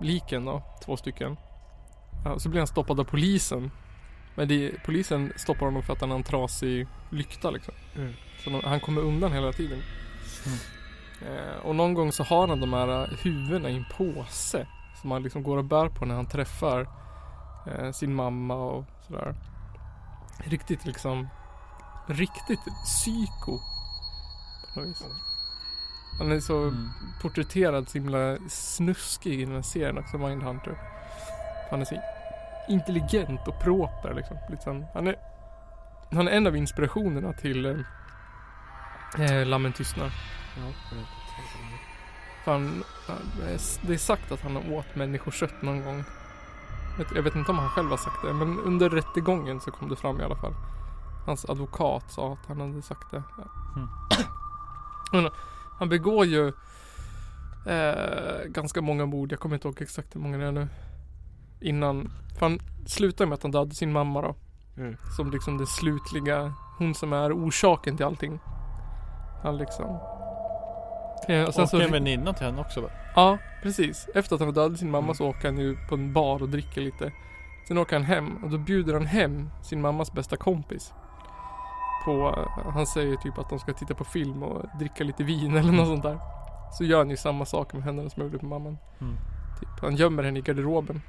S2: liken då, två stycken. Ja, så blir han stoppad av polisen. Men det, polisen stoppar honom för att han har en trasig lykta liksom.
S3: Mm.
S2: Så de, han kommer undan hela tiden. Eh, och någon gång så har han de här eh, huvudena i en påse. Som han liksom går och bär på när han träffar eh, sin mamma och sådär. Riktigt liksom, riktigt psyko. På något vis. Han är så
S1: Mm.
S2: porträtterad så himla snuskig i den här serien också, Mindhunter. Han är så intelligent och proper liksom. Lite sån- han, är, han är en av inspirationerna till eh, eh, Lammen tystnar. För han, han- eh, det är sagt att han har åt människokött någon gång. Vet- Jag vet inte om han själv har sagt det, men under rättegången så kom det fram i alla fall. Hans advokat sa att han hade sagt det.
S1: Mm.
S2: Men han begår ju eh, ganska många mord. Jag kommer inte ihåg exakt hur många det är nu. Innan, för han slutar med att han dödade sin mamma då.
S3: Mm.
S2: Som liksom det slutliga, hon som är orsaken till allting. Han liksom. Eh, och
S1: Och,
S2: sen så,
S1: en väninna till henne också va?
S2: Ja, precis. Efter att han dödade sin mamma
S1: Mm.
S2: så åker han ju på en bar och dricker lite. Sen åker han hem och då bjuder han hem sin mammas bästa kompis. På, han säger typ att de ska titta på film och dricka lite vin eller något sånt där. Så gör han ju samma sak med henne som han gjorde med mamman.
S1: Mm.
S2: Typ, han gömmer henne i garderoben.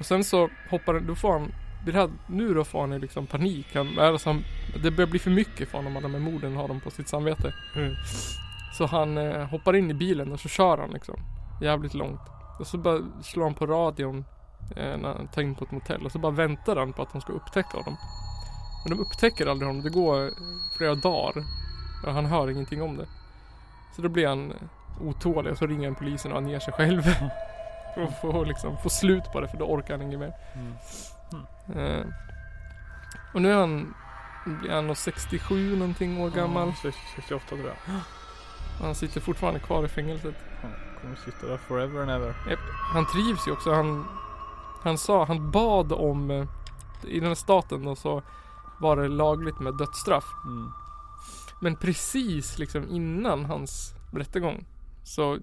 S2: Och sen så hoppar han, då får han, vid det här, nu då får han ju liksom panik. Han, alltså han, det börjar bli för mycket för honom alla de här morden har de på sitt samvete.
S3: Mm.
S2: Så han eh, hoppar in i bilen och så kör han liksom. Jävligt långt. Och så bara slår han på radion eh, när han tar in på ett motell. Och så bara väntar han på att de ska upptäcka honom. Men de upptäcker aldrig honom. Det går eh, flera dagar. Och han hör ingenting om det. Så då blir han eh, otålig och så ringer han polisen och han ger sig själv. För att få, liksom, få slut på det för då orkar han inget mer.
S1: Mm.
S2: Eh, och nu är han, blir han nog 67 någonting år gammal.
S1: Ja, 68 tror jag.
S2: Han sitter fortfarande kvar i fängelset.
S1: Han kommer sitta där forever and ever.
S2: Han trivs ju också. Han, han sa, han bad om, eh, i den här staten då så var det lagligt med dödsstraff.
S1: Mm.
S2: Men precis liksom innan hans rättegång så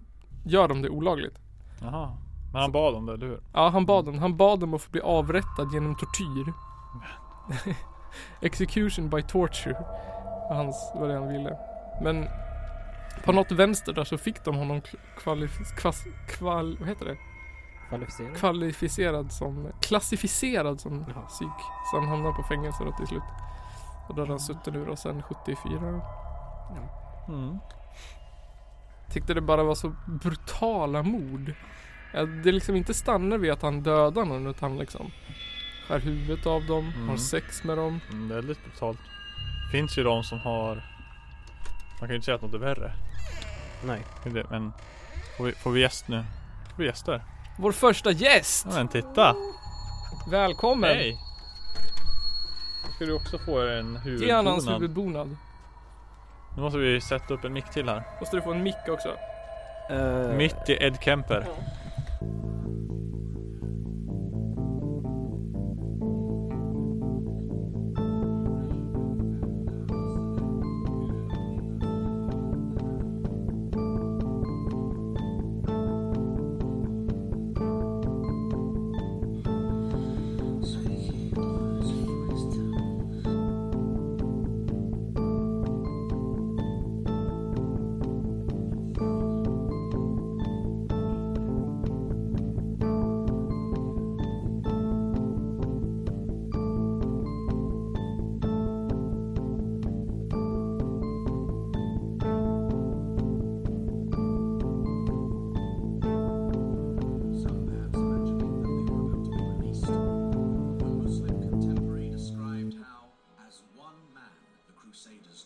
S2: gör de det olagligt.
S1: Jaha. Men han bad om det, eller hur?
S2: Ja, han bad om, han bad om att få bli avrättad genom tortyr. Execution by torture. var Hans, var det han ville. Men på något vänster där så fick de honom kvalificerad, kvas, kval, vad heter det?
S3: Kvalificerad.
S2: Kvalificerad som, klassificerad som
S3: Jaha.
S2: psyk. Så han hamnade på fängelse då till slut. Och då har han suttit nu då sedan 74.
S1: Mm.
S2: Tyckte det bara var så brutala mord. Ja, Det liksom inte stannar vid att han dödar någon utan han liksom skär huvudet av dem,
S1: Mm.
S2: har sex med dem.
S1: Mm, väldigt brutalt. Finns ju de som har Man kan ju inte säga att något är värre.
S3: Nej.
S1: Det är det, Men får vi, får vi gäst nu? Får vi gäster?
S2: Vår första gäst!
S1: Ja men titta!
S2: Välkommen!
S1: Hej! Då ska du också få er en
S2: Ge han hans
S1: huvudbonad.
S2: huvudbonad.
S1: Nu måste vi sätta upp en mick till här.
S2: Måste du få en mick också?
S3: Uh,
S1: Mitt i Ed Kemper.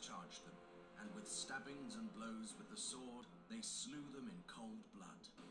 S4: charged them, and with stabbings and blows with the sword, they slew them in cold blood.